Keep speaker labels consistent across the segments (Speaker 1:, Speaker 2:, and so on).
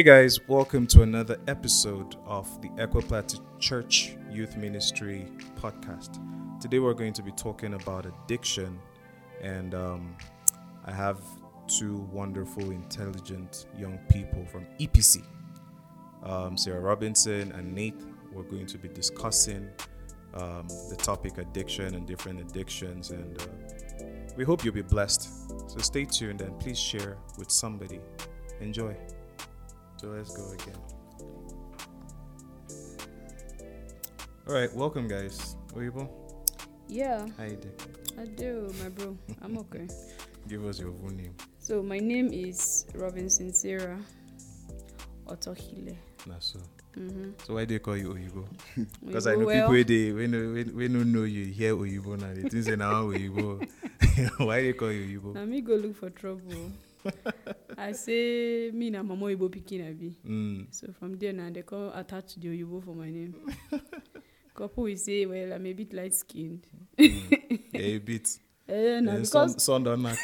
Speaker 1: Hey guys, welcome to another episode of the Equiplata Church Youth Ministry podcast. Today we're going to be talking about addiction, and um, I have two wonderful, intelligent young people from EPC, um, Sarah Robinson and Nate. We're going to be discussing um, the topic addiction and different addictions, and uh, we hope you'll be blessed. So stay tuned and please share with somebody. Enjoy. So let's go again. All right, welcome guys. Oyibo,
Speaker 2: Yeah,
Speaker 1: how you doing?
Speaker 2: I do, my bro. I'm okay.
Speaker 1: Give us your full name.
Speaker 2: So my name is Robinson Sarah Otohile.
Speaker 1: Na so.
Speaker 2: Mm-hmm.
Speaker 1: So why they call you Oyibo? Because I know people wey they when when when no know you hear Oyibo now they think say now Oyibo. why they call you Oyibo?
Speaker 2: Now me go look for trouble. I say me na Mama Ibo pikin I be.
Speaker 1: Mm.
Speaker 2: So from there now they come attach the Oyibo for my name. Couple we say well I'm a bit light skinned.
Speaker 1: mm. yeah, a bit.
Speaker 2: Eh, na
Speaker 1: Then sun
Speaker 2: because
Speaker 1: sun don knack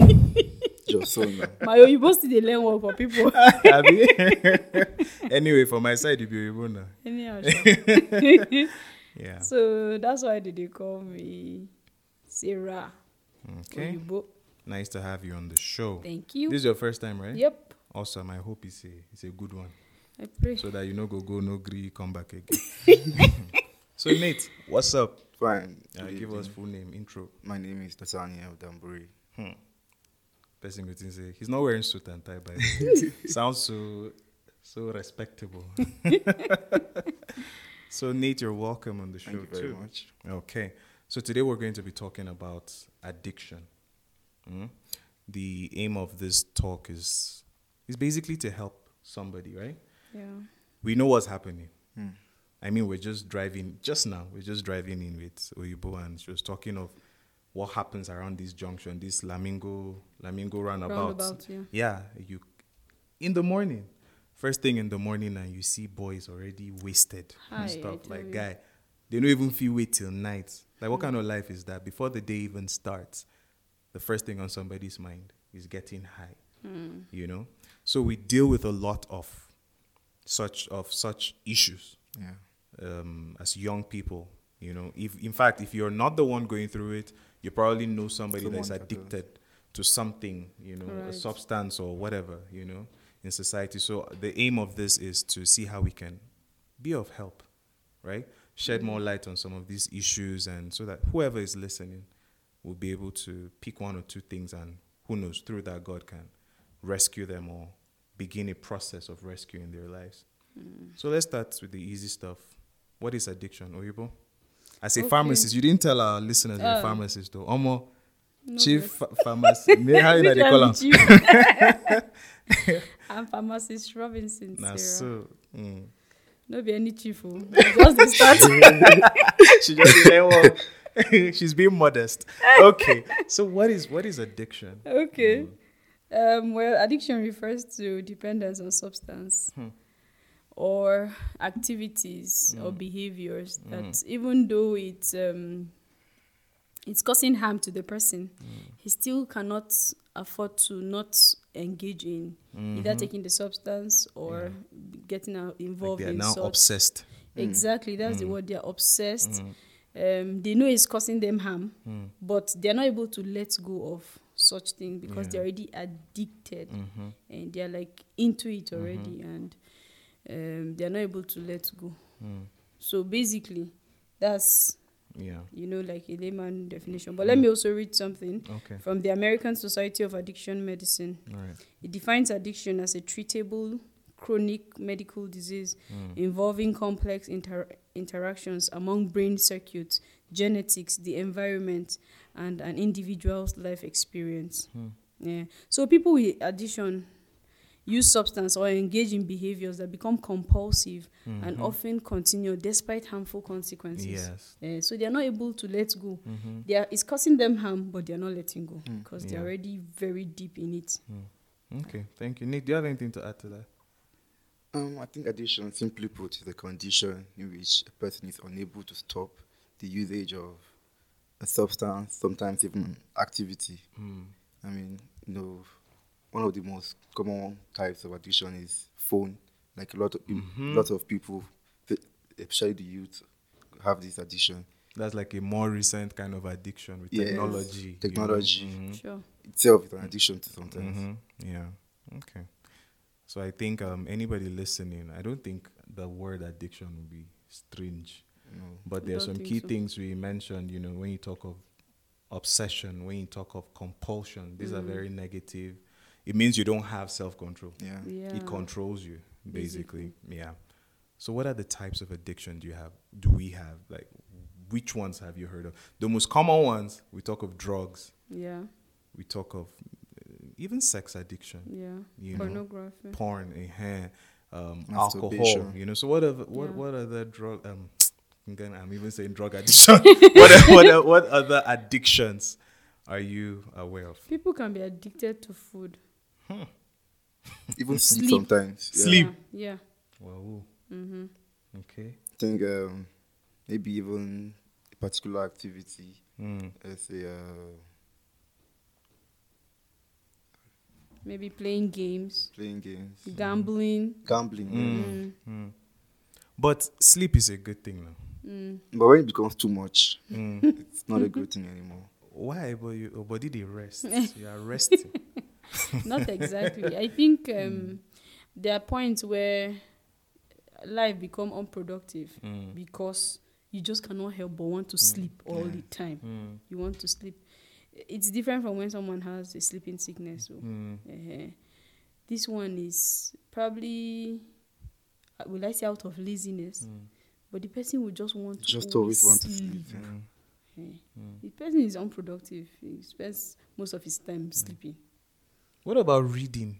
Speaker 1: you.
Speaker 3: your son now.
Speaker 2: my Oyibo still dey learn work for people.
Speaker 1: Abi? anyway, for my side you be Oyibo now.
Speaker 2: Anyhow. sha.
Speaker 1: Yeah.
Speaker 2: So that's why they dey call me Sarah
Speaker 1: Okay.
Speaker 2: Oyibo.
Speaker 1: Nice to have you on the show.
Speaker 2: Thank you.
Speaker 1: This is your first time, right?
Speaker 2: Yep.
Speaker 1: Awesome. I hope it's a it's a good one.
Speaker 2: I pray.
Speaker 1: so that you no go go no gree come back again. so Nate, what's up?
Speaker 3: Fine.
Speaker 1: Uh,
Speaker 3: Good
Speaker 1: give us
Speaker 3: evening.
Speaker 1: full name, intro.
Speaker 3: My name is Nathaniel Damburi.
Speaker 1: Hmm. Person go think say he's not wearing suit and tie by the way. Sounds so so respectable. so Nate, you're welcome on the show
Speaker 3: Thank you very
Speaker 1: too.
Speaker 3: much.
Speaker 1: Okay. So today we're going to be talking about addiction. Mm? The aim of this talk is is basically to help somebody, right?
Speaker 2: Yeah.
Speaker 1: We know what's happening.
Speaker 3: Hmm.
Speaker 1: I mean, we're just driving just now. We're just driving in with Oyibo, and she was talking of what happens around this junction, this Lamingo Lamingo roundabout.
Speaker 2: Roundabout, yeah.
Speaker 1: you in the morning, first thing in the morning, and you see boys already wasted
Speaker 2: Hi, I
Speaker 1: and stuff.
Speaker 2: tell
Speaker 1: Like
Speaker 2: you.
Speaker 1: guy, they don't even feel wait till night. Like what kind of life is that? Before the day even starts, the first thing on somebody's mind is getting high you know so we deal with a lot of such of such issues
Speaker 3: Yeah.
Speaker 1: um, as young people you know if in fact if you're not the one going through it you probably know somebody that's
Speaker 3: Someone that does.
Speaker 1: addicted to something you know a
Speaker 2: Right.
Speaker 1: substance or whatever you know in society so the aim of this is to see how we can be of help right shed more light on some of these issues and so that whoever is listening will be able to pick one or two things and who knows through that god can rescue them or begin a process of rescuing their lives so let's start with the easy stuff. What is addiction, Oyibo? As a
Speaker 2: Okay.
Speaker 1: pharmacist, you didn't tell our listeners you're a
Speaker 2: Oh.
Speaker 1: pharmacist, though. Omo,
Speaker 2: No
Speaker 1: chief
Speaker 2: bless.
Speaker 1: ph- pharmacist. Me- How you know
Speaker 2: Which
Speaker 1: they call
Speaker 2: one
Speaker 1: him?
Speaker 2: be chief? I'm pharmacist Robinson
Speaker 1: Nah,
Speaker 2: Sarah.
Speaker 1: so. Mm.
Speaker 2: No be any chief o. Just the start.
Speaker 1: she just said, "Well," she's being modest. Okay. So what is what is addiction?
Speaker 2: okay. Um, well, addiction refers to dependence on substance
Speaker 1: Hmm.
Speaker 2: or activities or behaviors
Speaker 1: Hmm.
Speaker 2: that, even though it's um, it's causing harm to the person,
Speaker 1: Hmm.
Speaker 2: he still cannot afford to not engage in
Speaker 1: Mm-hmm.
Speaker 2: either taking the substance or b- getting uh,
Speaker 1: Like
Speaker 2: involved
Speaker 1: they are
Speaker 2: in
Speaker 1: now
Speaker 2: such.
Speaker 1: obsessed. Mm.
Speaker 2: Exactly, that's the word. They are obsessed. Um, they know it's causing them harm,
Speaker 1: mm,
Speaker 2: but they're not able to let go of such thing because
Speaker 1: Yeah.
Speaker 2: they're already addicted
Speaker 1: mm-hmm,
Speaker 2: and they're like into it already and um, they're not able to let go. So basically, that's,
Speaker 1: mm. Yeah.
Speaker 2: you know, like a layman definition. But
Speaker 1: Mm.
Speaker 2: let me also read something
Speaker 1: Okay.
Speaker 2: from the American Society of Addiction Medicine.
Speaker 1: All right.
Speaker 2: It defines addiction as a treatable chronic medical disease
Speaker 1: Hmm.
Speaker 2: involving complex inter- interactions among brain circuits, genetics, the environment, and an individual's life experience.
Speaker 1: Hmm.
Speaker 2: Yeah. So people with addiction use substance or engage in behaviors that become compulsive and often continue despite harmful consequences.
Speaker 1: Mm-hmm. Yes.
Speaker 2: Eh, so they are not able to let go.
Speaker 1: Mhm.
Speaker 2: They are, it's causing them harm, but they are not letting go because they
Speaker 1: Hmm. Yeah.
Speaker 2: are already very deep in it.
Speaker 1: Okay. Thank you, Nick. Do you have anything to add to that?
Speaker 3: Um, I think addiction, simply put, is the condition in which a person is unable to stop the usage of a substance, sometimes even activity.
Speaker 1: Mm.
Speaker 3: I mean, you know, one of the most common types of addiction is phone. Like a lot of
Speaker 1: Mm-hmm.
Speaker 3: lots of people, th- especially the youth, have this addiction.
Speaker 1: That's like a more recent kind of addiction with
Speaker 3: Yes,
Speaker 1: technology. you know? Mm-hmm.
Speaker 3: technology.
Speaker 1: Hmm.
Speaker 2: Sure.
Speaker 3: Itself is an addiction to sometimes.
Speaker 1: Mhm. Yeah. Okay. So I think um, anybody listening, I don't think the word addiction would be strange,
Speaker 3: No.
Speaker 1: but
Speaker 2: I
Speaker 1: there are
Speaker 2: don't
Speaker 1: some
Speaker 2: think
Speaker 1: key
Speaker 2: so.
Speaker 1: things we mentioned. You know, when you talk of obsession, when you talk of compulsion, these
Speaker 2: Mm-hmm.
Speaker 1: are very negative. It means you don't have self control.
Speaker 3: Yeah.
Speaker 2: Yeah.
Speaker 1: It controls you basically. Yeah. So what are the types of addiction do you have? Do we have like which ones have you heard of? The most common ones we talk of drugs.
Speaker 2: Yeah.
Speaker 1: We talk of uh, even sex addiction
Speaker 2: Yeah.
Speaker 1: you know,
Speaker 2: Pornography.
Speaker 1: porn, in hand, um, alcohol,
Speaker 3: Masturbation.
Speaker 1: you know. So what are what
Speaker 2: Yeah.
Speaker 1: what other drug? Um, again, I'm even saying drug addiction. what are- what are- what other addictions are you aware of?
Speaker 2: People can be addicted to food.
Speaker 3: Even sleep,
Speaker 2: Sleep.
Speaker 3: sometimes. yeah.
Speaker 1: Sleep.
Speaker 2: Yeah.
Speaker 1: Wow. Mm-hmm. Okay.
Speaker 3: I think um, maybe even a particular activity.
Speaker 1: Mm.
Speaker 3: Let's say uh,
Speaker 2: Maybe playing games,
Speaker 3: playing games,
Speaker 2: gambling.
Speaker 3: gambling. yeah.
Speaker 1: Mm. Mm. But sleep is a good thing now.
Speaker 2: Mm.
Speaker 3: But when it becomes too much,
Speaker 1: Mm.
Speaker 3: it's not a good thing anymore.
Speaker 1: Why? But you, your body they rest. you are resting.
Speaker 2: mm. Not exactly. I think um,
Speaker 1: Mm.
Speaker 2: there are points where life become unproductive
Speaker 1: Mm.
Speaker 2: because you just cannot help but want to sleep all the time.
Speaker 1: Mm.
Speaker 2: You want to sleep. It's different from when someone has a sleeping sickness. So.
Speaker 1: Mm.
Speaker 2: Uh, this one is probably, uh, will I say, out of laziness,
Speaker 1: Mm.
Speaker 2: but the person will just want to
Speaker 3: Just always want to sleep. yeah.
Speaker 1: Mm.
Speaker 2: Eh,
Speaker 1: Mm.
Speaker 2: The person is unproductive. He spends most of his time sleeping.
Speaker 1: What about reading?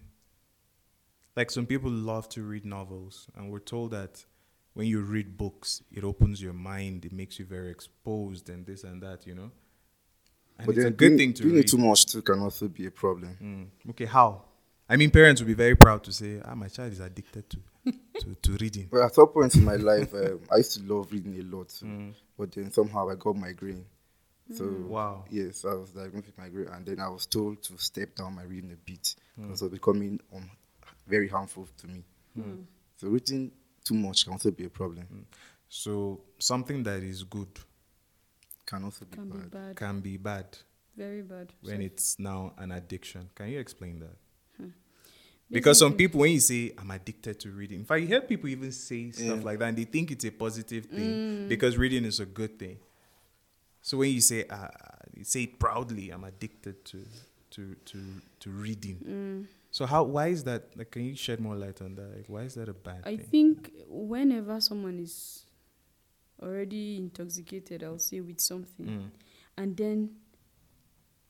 Speaker 1: Like some people love to read novels, and we're told that when you read books, it opens your mind, it makes you very exposed, and this and that, you know. And it's a
Speaker 3: then
Speaker 1: good
Speaker 3: doing-
Speaker 1: thing to
Speaker 3: doing
Speaker 1: read.
Speaker 3: it too much too can also be a problem.
Speaker 1: Mm. Okay, how? I mean, parents will be very proud to say, "Ah, my child is addicted to to, to reading."
Speaker 3: But at some point in my life, um, I used to love reading a lot, so-
Speaker 1: Mm.
Speaker 3: but then somehow I got migraine. So
Speaker 1: Wow.
Speaker 3: yes, I was diagnosed with migraine, and then I was told to step down my reading a bit because it was becoming um, very harmful to me.
Speaker 2: Hmm.
Speaker 3: So reading too much can also be a problem.
Speaker 1: So something that is good
Speaker 3: Can also be
Speaker 2: Can be
Speaker 3: bad.
Speaker 2: bad,
Speaker 1: can be bad
Speaker 2: very bad. So
Speaker 1: when it's now an addiction. Can you explain that? Because some
Speaker 2: basically-
Speaker 1: people, when you say I'm addicted to reading, in fact, you hear people even say stuff
Speaker 3: Yeah.
Speaker 1: like that, and they think it's a positive thing
Speaker 2: Mm.
Speaker 1: because reading is a good thing. So when you say, uh, you say it proudly, I'm addicted to to to to
Speaker 2: mm,
Speaker 1: reading. So how? Why is that? Like, can you shed more light on that? Like, why is that a bad
Speaker 2: I
Speaker 1: thing?
Speaker 2: think whenever someone is already intoxicated, I'll say with something,
Speaker 1: Mm.
Speaker 2: and then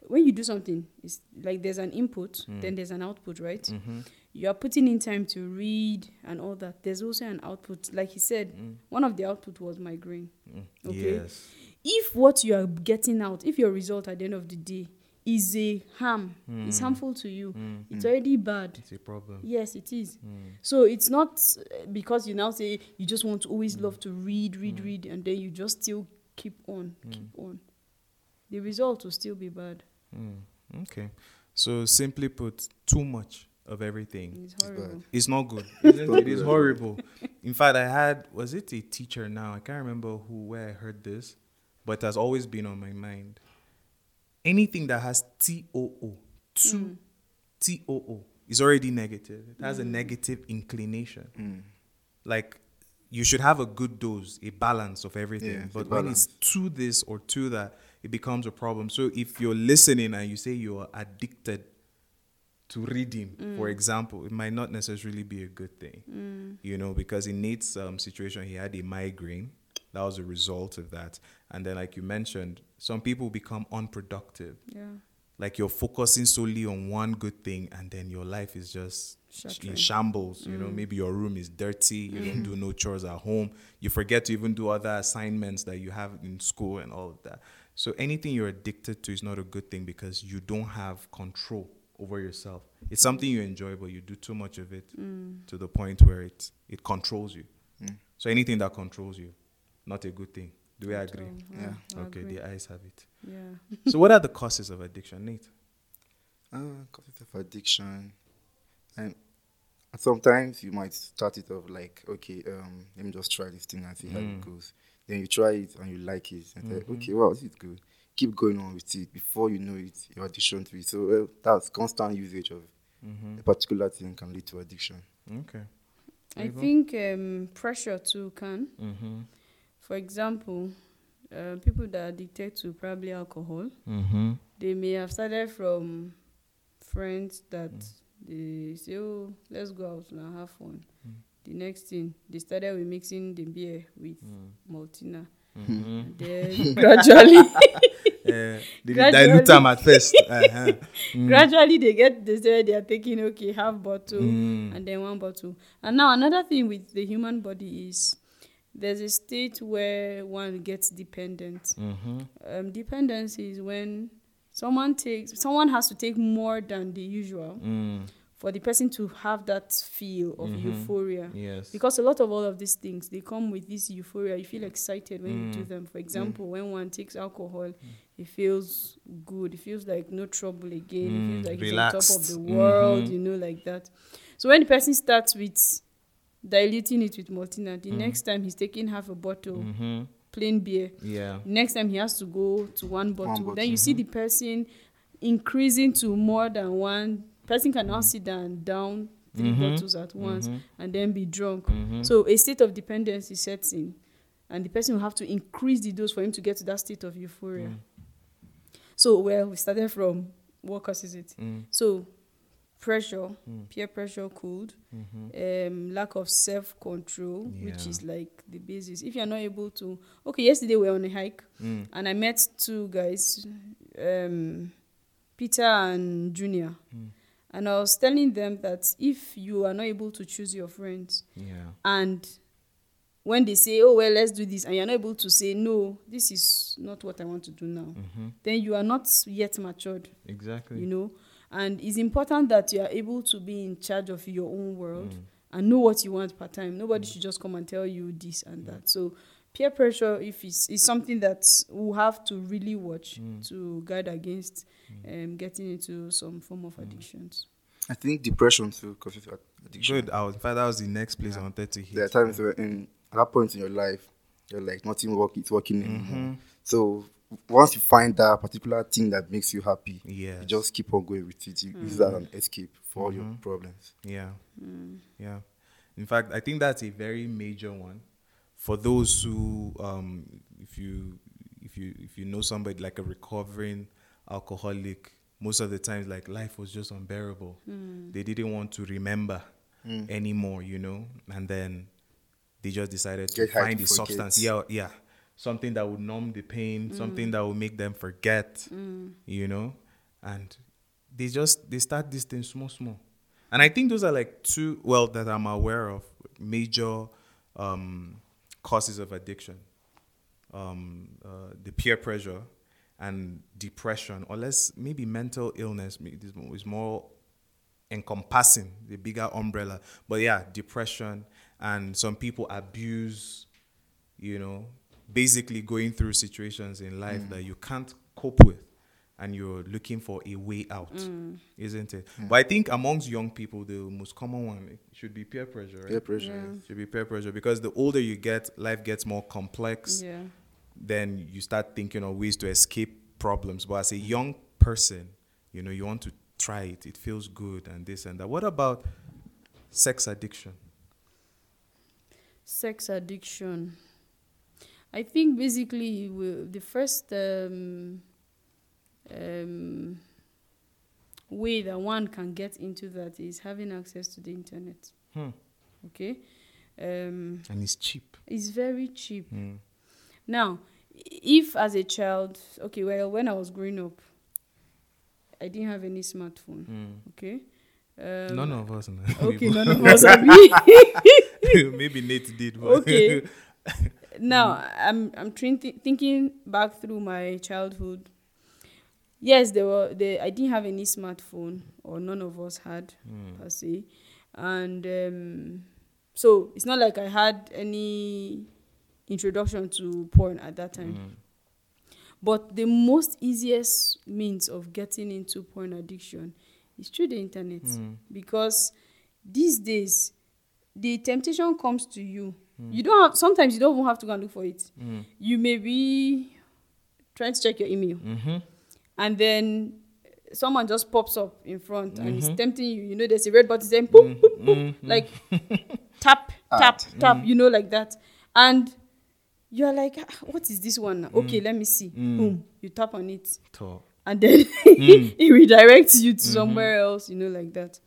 Speaker 2: when you do something, it's like there's an input, then there's an output, right?
Speaker 1: Mhm.
Speaker 2: You are putting in time to read and all that. There's also an output. Like he said, one of the output was migraine.
Speaker 1: Mm.
Speaker 2: Okay.
Speaker 1: mm-hmm, Yes.
Speaker 2: if what you are getting out, if your result at the end of the day is a harm, it's harmful to you, it's already bad.
Speaker 1: Mm. It's a problem. Mm,
Speaker 2: Yes, it is. So it's not uh, because you now say you just want to always love to read, read, read, and then you just still keep on, keep on. The result will still be bad.
Speaker 1: Mm. Okay. So simply put, too much of everything
Speaker 2: It's
Speaker 3: bad.
Speaker 2: horrible.
Speaker 1: Hmm. It's not good. Isn't
Speaker 3: not
Speaker 1: it? it is
Speaker 3: good.
Speaker 1: horrible. In fact, I had was it a teacher now? I can't remember who where I heard this, but it has always been on my mind. Anything that has T O O two T O O is already negative. It has a negative inclination.
Speaker 3: Hmm.
Speaker 1: Like you should have a good dose, a balance of everything.
Speaker 3: Yeah, it's a
Speaker 1: but when it's to this or to that, it becomes a problem. So if you're listening and you say you're addicted to reading, for example, it might not necessarily be a good thing, you know, because in Nate's um, situation, he had a migraine. That was a result of that. And then, like you mentioned, some people become unproductive.
Speaker 2: Yeah.
Speaker 1: Like you're focusing solely on one good thing, and then your life is just in
Speaker 2: Shattering. Mm.
Speaker 1: shambles. You know, maybe your room is dirty, you don't do no chores at home, you forget to even do other assignments that you have in school and all of that. So anything you're addicted to is not a good thing because you don't have control over yourself. It's something you enjoy, but you do too much of it
Speaker 2: Mm.
Speaker 1: to the point where it it controls you. So anything that controls you, not a good thing. Do we agree?
Speaker 2: So,
Speaker 3: Yeah.
Speaker 2: I
Speaker 1: okay,
Speaker 2: agree.
Speaker 1: the eyes have it.
Speaker 2: Yeah.
Speaker 1: so what are the causes of addiction, Nate?
Speaker 3: Uh, concept of addiction. And sometimes you might start it off like, okay, um, let me just try this thing and see how
Speaker 2: Hmm.
Speaker 3: it goes. Then you try it and you like it. And
Speaker 2: Mm-hmm.
Speaker 3: say, okay, wow, this is good. Keep going on with it. Before you know it, you're addiction to it. So uh, that's constant usage of a particular thing can lead to addiction.
Speaker 1: Mm-hmm. Okay.
Speaker 2: I think um, pressure too can.
Speaker 1: Mm-hmm.
Speaker 2: For example, uh, people that are addicted to probably alcohol,
Speaker 1: Mm-hmm.
Speaker 2: they may have started from friends that
Speaker 1: Mm.
Speaker 2: they say, oh, let's go out and have fun.
Speaker 1: Mm.
Speaker 2: The next thing, they started with mixing the beer with Maltina.
Speaker 1: Mm. Mm-hmm.
Speaker 2: And then gradually,
Speaker 1: Yeah, they
Speaker 2: Gradually.
Speaker 1: dilute them at first. Uh-huh.
Speaker 2: gradually they get, they say they are taking, okay, half bottle
Speaker 1: Mm.
Speaker 2: and then one bottle. And now another thing with the human body is there's a state where one gets dependent.
Speaker 1: Mm-hmm.
Speaker 2: um, dependency is when someone takes someone has to take more than the usual
Speaker 1: Mm.
Speaker 2: for the person to have that feel of
Speaker 1: Mhm.
Speaker 2: euphoria
Speaker 1: Yes.
Speaker 2: because a lot of all of these things they come with this euphoria you feel excited when you do
Speaker 1: Mm.
Speaker 2: them for example when one takes alcohol it feels good it feels like no trouble again
Speaker 1: Mm,
Speaker 2: it feels like he's on top
Speaker 1: relaxed.
Speaker 2: of the world
Speaker 1: Mhm.
Speaker 2: you know like that so when the person starts with diluting it with maltina the
Speaker 1: Mm.
Speaker 2: next time he's taking half a bottle
Speaker 1: mm-hmm.
Speaker 2: plain beer
Speaker 1: Yeah.
Speaker 2: next time he has to go to one bottle,
Speaker 3: bottle.
Speaker 2: then you see the person increasing to more than one person can now sit down down 3
Speaker 1: Mhm.
Speaker 2: bottles at once
Speaker 1: Mhm.
Speaker 2: and then be drunk
Speaker 1: Mhm.
Speaker 2: so a state of dependency sets in and the person will have to increase the dose for him to get to that state of
Speaker 1: Mm-hmm.
Speaker 2: euphoria
Speaker 1: Mm.
Speaker 2: so well we started from what causes it
Speaker 1: Mm.
Speaker 2: so pressure
Speaker 1: Mm.
Speaker 2: peer pressure could
Speaker 1: Mm-hmm.
Speaker 2: um, lack of self control, which
Speaker 1: Yeah.
Speaker 2: is like the basis. If you're not able to, okay, yesterday we were on a hike
Speaker 1: Mm.
Speaker 2: and I met two guys, um, Peter and Junior,
Speaker 1: Mm.
Speaker 2: and I was telling them that if you are not able to choose your friends,
Speaker 1: Yeah.
Speaker 2: and when they say, oh, well, let's do this, and you're not able to say, no, this is not what I want to do now,
Speaker 1: Mm-hmm.
Speaker 2: then you are not yet matured
Speaker 1: Exactly.
Speaker 2: you know and it's important that you are able to be in charge of your own world and know what you want part time nobody should just come and tell you this and that so peer pressure if it's is something that we have to really watch to guard against um, getting into some form of addictions
Speaker 3: I think depression too causes ad- addiction.
Speaker 1: Good. I was, in fact, that was the next place I wanted to hit.
Speaker 3: There are times where in at that point in your life, you're like nothing work is working anymore.
Speaker 1: Mm-hmm.
Speaker 3: So once you find that particular thing that makes you happy,
Speaker 1: Yes. Mm-hmm.
Speaker 3: you just keep on going with it. You use that as an escape for all your problems.
Speaker 1: Yeah. Yeah. In fact, I think that's a very major one for those who, um, if you, if you, if you know somebody like a recovering alcoholic, most of the times like life was just unbearable. They didn't want to remember anymore, you know, and then they just decided to
Speaker 3: Get high
Speaker 1: find
Speaker 3: to
Speaker 1: the
Speaker 3: forget.
Speaker 1: substance. Yeah, yeah. Something that would numb the pain, something that would make them forget, you know, and they just they start these things small, small, and I think those are like two well that I'm aware of major um, causes of addiction, um, uh, the peer pressure and depression, or less maybe mental illness. may- This one is more encompassing the bigger umbrella. But yeah, depression and some people abuse, you know, basically going through situations in life that you can't cope with and you're looking for a way out, isn't it? But I think amongst young people, the most common one should be peer pressure, right?
Speaker 3: Peer pressure.
Speaker 1: Should be peer pressure because the older you get, life gets more complex
Speaker 2: yeah
Speaker 1: then you start thinking of ways to escape problems. But as a young person, you know, you want to try it. It feels good and this and that. What about sex addiction?
Speaker 2: sex addiction i think basically we, the first um, um, way that one can get into that is having access to the internet
Speaker 1: Hmm.
Speaker 2: okay um,
Speaker 1: And it's cheap.
Speaker 2: it's very cheap
Speaker 1: Hmm.
Speaker 2: now i- if as a child okay well when i was growing up i didn't have any smartphone okay um,
Speaker 1: none of us. Hmm. no.
Speaker 2: okay
Speaker 1: We-
Speaker 2: none of us agree
Speaker 1: Maybe Nate did. But
Speaker 2: Okay. now I'm I'm trin- thi- thinking back through my childhood. Yes, there were there, I didn't have any smartphone, or none of us had
Speaker 1: Hmm.
Speaker 2: per se, and um, so it's not like I had any introduction to porn at that time.
Speaker 1: Hmm.
Speaker 2: But the most easiest means of getting into porn addiction is through the internet because these days the temptation comes to you. You don't have, sometimes you don't even have to go and look for it.
Speaker 1: Mm,
Speaker 2: You may be trying to check your email
Speaker 1: mm-hmm,
Speaker 2: and then someone just pops up in front and is tempting you. You know, there's a red button saying boop, boop,
Speaker 1: mm-hmm.
Speaker 2: boop, like tap, tap, tap, you know, like that. And you're like, "Ah, what is this one? now? Okay, let me see. Boom, you tap on it
Speaker 1: Talk.
Speaker 2: and then it redirects you to somewhere else, you know, like that.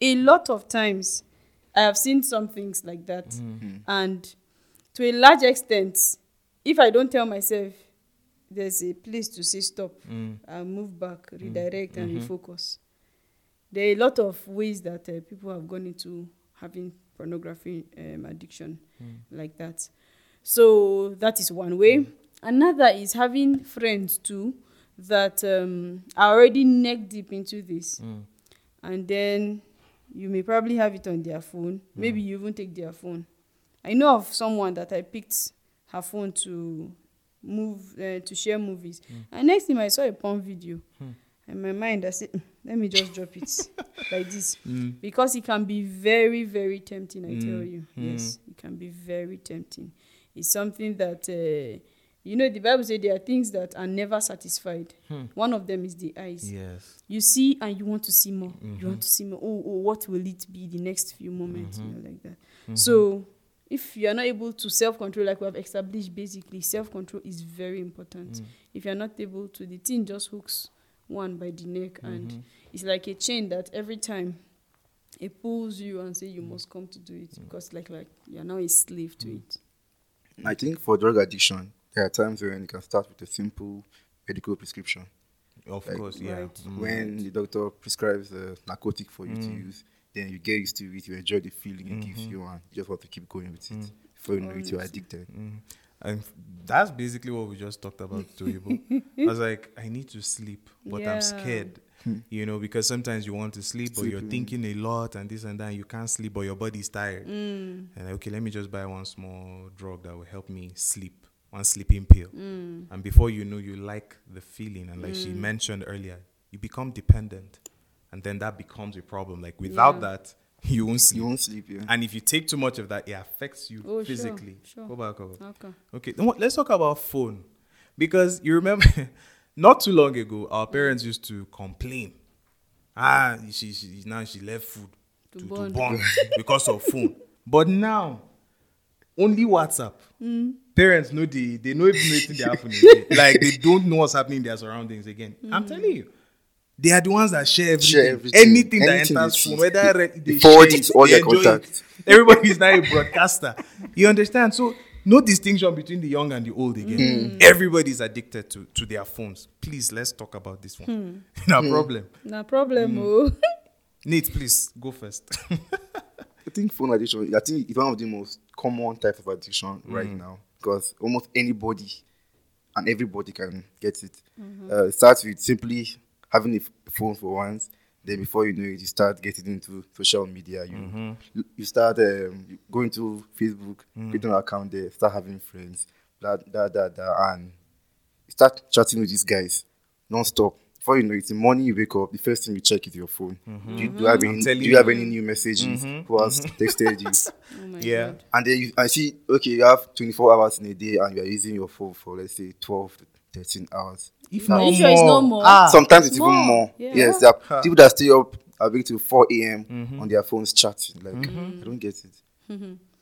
Speaker 2: A lot of times, I have seen some things like that,
Speaker 1: Mm.
Speaker 2: and to a large extent, if I don't tell myself there's a place to say stop,
Speaker 1: mm,
Speaker 2: I move back, redirect, and refocus. There are a lot of ways that uh, people have gone into having pornography um, addiction like that. So that is one way. Another is having friends too that um, are already neck deep into this.
Speaker 1: mm.
Speaker 2: And then you may probably have it on their phone. Maybe you even take their phone. I know of someone that I picked her phone to move uh, to share movies. And next thing I saw a porn video. In my mind, I said, "Mm, let me just drop it like this.
Speaker 1: Mm.
Speaker 2: Because it can be very, very tempting, I tell you. Yes, it can be very tempting. It's something that, uh, you know, the Bible says there are things that are never satisfied. One of them is the eyes
Speaker 1: Yes.
Speaker 2: you see and you want to see more you want to see more oh, oh what will it be the next few moments you know like that so if you are not able to self-control like we have established basically self-control is very important if you're not able to the thing just hooks one by the neck and it's like a chain that every time it pulls you and say you must come to do it because like like you're now a slave to it
Speaker 3: I think for drug addiction, there are times when you can start with a simple medical prescription.
Speaker 1: Of
Speaker 3: Like,
Speaker 1: course, yeah.
Speaker 2: right.
Speaker 1: Mm.
Speaker 3: When the doctor prescribes a narcotic for you to use, then you get used to it, you enjoy the feeling it gives you, and you just want to keep going with it. Before you know it, you're addicted.
Speaker 1: And f- that's basically what we just talked about to Ibo. I was like, I need to sleep, but
Speaker 2: Yeah.
Speaker 1: I'm scared.
Speaker 3: Hmm.
Speaker 1: You know, because sometimes you want to sleep, but you're thinking a lot and this and that. And you can't sleep, but your body's tired.
Speaker 2: Mm.
Speaker 1: And okay, let me just buy one small drug that will help me sleep, one sleeping pill.
Speaker 2: Mm.
Speaker 1: And before you know, you like the feeling, and like she mentioned earlier, you become dependent, and then that becomes a problem. Like without
Speaker 2: Yeah.
Speaker 1: that, you won't sleep.
Speaker 3: You won't sleep, yeah.
Speaker 1: And if you take too much of that, it affects you
Speaker 2: Oh, sure,
Speaker 1: physically.
Speaker 2: sure.
Speaker 1: Go back over.
Speaker 2: okay
Speaker 1: Okay, then what- let's talk about phone because you remember not too long ago our parents used to complain. Ah, she, she now she left food
Speaker 2: To
Speaker 1: to, to
Speaker 2: burn.
Speaker 1: burn. because of phone. But now only WhatsApp. Parents know the they know even anything they happen again. like they don't know what's happening in their surroundings again. I'm telling you. They are the ones that share everything.
Speaker 3: Share everything.
Speaker 1: Anything, that
Speaker 3: Anything they
Speaker 1: enters
Speaker 3: see,
Speaker 1: phone, whether re-
Speaker 3: they-
Speaker 1: they
Speaker 3: they forward
Speaker 1: share
Speaker 3: it to all
Speaker 1: they
Speaker 3: their
Speaker 1: enjoy it.
Speaker 3: contacts.
Speaker 1: Everybody is now a broadcaster. You understand? So no distinction between the young and the old again.
Speaker 3: Mm.
Speaker 2: Mm.
Speaker 1: Everybody's addicted to, to their phones. Please let's talk about this one.
Speaker 2: Hmm.
Speaker 1: no
Speaker 3: Hmm.
Speaker 1: problem.
Speaker 2: no problem oh
Speaker 1: Nate, please go first.
Speaker 3: I think phone addiction, I think it's one of the most common types of addiction right now because almost anybody and everybody can get it. Uh, it starts with simply having a f- phone for once. Then before you know it, you start getting into social media. You
Speaker 1: Mm-hmm.
Speaker 3: you- you start um, going to Facebook,
Speaker 1: Mm.
Speaker 3: creating an account there, start having friends, that that that that, and you start chatting with these guys non-stop. Before you know it, the morning you wake up, the first thing you check is your phone. Do, you, do you have
Speaker 1: Mm-hmm.
Speaker 3: any? Do
Speaker 1: telling
Speaker 3: you have
Speaker 1: you. Mm-hmm.
Speaker 3: any new messages? Who has texted you?
Speaker 2: oh my
Speaker 1: yeah.
Speaker 2: god
Speaker 3: And then you, I see, okay, you have 24 hours in a day and you are using your phone for, let's say, 12 to 13 hours.
Speaker 1: If
Speaker 2: Are you sure it's no more?
Speaker 3: Sometimes it's
Speaker 2: More,
Speaker 3: even more.
Speaker 2: Ah, yeah.
Speaker 3: Yes, there are
Speaker 1: Ah.
Speaker 3: people that stay up awake till 4 a.m.
Speaker 1: Mm-hmm.
Speaker 3: on their phones chatting. Like, I don't get it.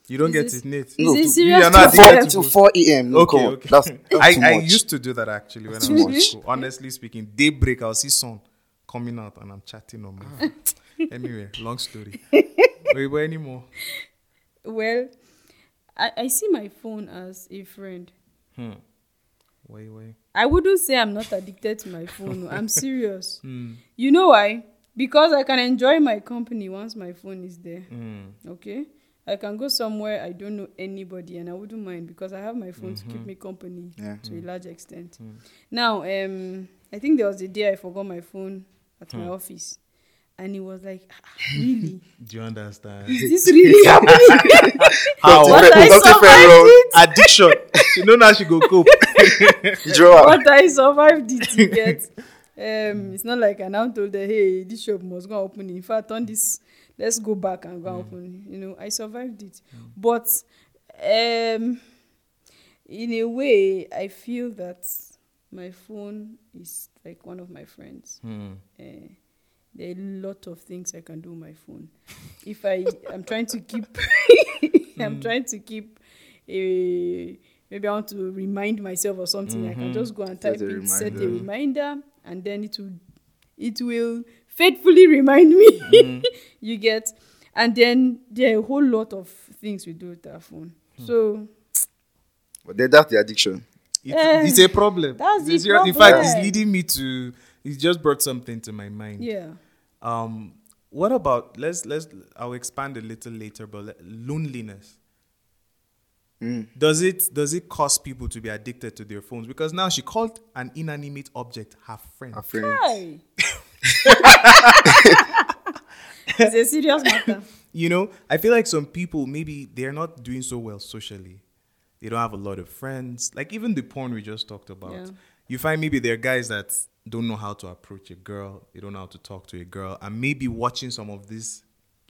Speaker 1: You don't get
Speaker 2: Is
Speaker 1: it, Nate.
Speaker 2: No, it
Speaker 3: to-
Speaker 2: serious?
Speaker 1: You are not
Speaker 2: Four-
Speaker 1: addicted to
Speaker 3: till
Speaker 1: phone.
Speaker 3: 4 a.m. No,
Speaker 1: okay,
Speaker 3: come on.
Speaker 1: okay.
Speaker 3: That's, that's too
Speaker 1: I, I
Speaker 3: much.
Speaker 1: used to do that actually when I
Speaker 3: too
Speaker 1: was in
Speaker 3: much.
Speaker 1: school. Honestly speaking, daybreak, I'll see sun coming out and I'm chatting on my phone. Anyway, long story. Wait, wait, anymore.
Speaker 2: well I, I see my phone as a friend
Speaker 1: Hmm. Wait, wait.
Speaker 2: I wouldn't say I'm not addicted to my phone. no. I'm serious. You know why? Because I can enjoy my company once my phone is there. Okay? I can go somewhere I don't know anybody and I wouldn't mind because I have my phone to keep me company
Speaker 3: Yeah.
Speaker 2: to a large extent. Now, um, I think there was a day I forgot my phone at my office. and it was like, "Ah, really?
Speaker 1: Do you understand?
Speaker 2: Is this really happening?
Speaker 1: How?
Speaker 2: What I survived it.
Speaker 1: Addiction. you know now she go cope.
Speaker 3: Drawer.
Speaker 2: What I survived it, you get. Um, it's not like I now told her, hey, this shop must go and open. In fact, on this, let's go back and go and open. You know, I survived it. But um, in a way, I feel that my phone is like one of my friends.
Speaker 1: Hmm.
Speaker 2: Uh, there are a lot of things I can do on my phone. If I, I'm trying to keep, I'm
Speaker 3: Hmm.
Speaker 2: trying to keep a. Maybe I want to remind myself or something. I can just go and
Speaker 3: Mm-hmm. Set
Speaker 2: type it,
Speaker 3: a
Speaker 2: set a
Speaker 3: reminder.
Speaker 2: reminder, and then it will, it will faithfully remind me.
Speaker 3: Mm-hmm.
Speaker 2: you get, and then there are a whole lot of things we do with our phone.
Speaker 3: Hmm.
Speaker 2: So
Speaker 3: But then that's the addiction.
Speaker 1: It's, it's a problem.
Speaker 2: Eh, That's the
Speaker 1: It's your- In fact, it's
Speaker 2: problem.
Speaker 1: leading me to. It just brought something to my mind.
Speaker 2: yeah,
Speaker 1: Um, what about let's let's I'll expand a little later, but le- loneliness.
Speaker 3: Mm.
Speaker 1: Does it does it cause people to be addicted to their phones? Because now she called an inanimate object her friend.
Speaker 3: Our friend.
Speaker 2: Hi. it's a serious matter.
Speaker 1: You know, I feel like some people maybe they're not doing so well socially. They don't have a lot of friends. Like even the porn we just talked about.
Speaker 2: Yeah.
Speaker 1: You find maybe there are guys that don't know how to approach a girl, they don't know how to talk to a girl, and maybe watching some of these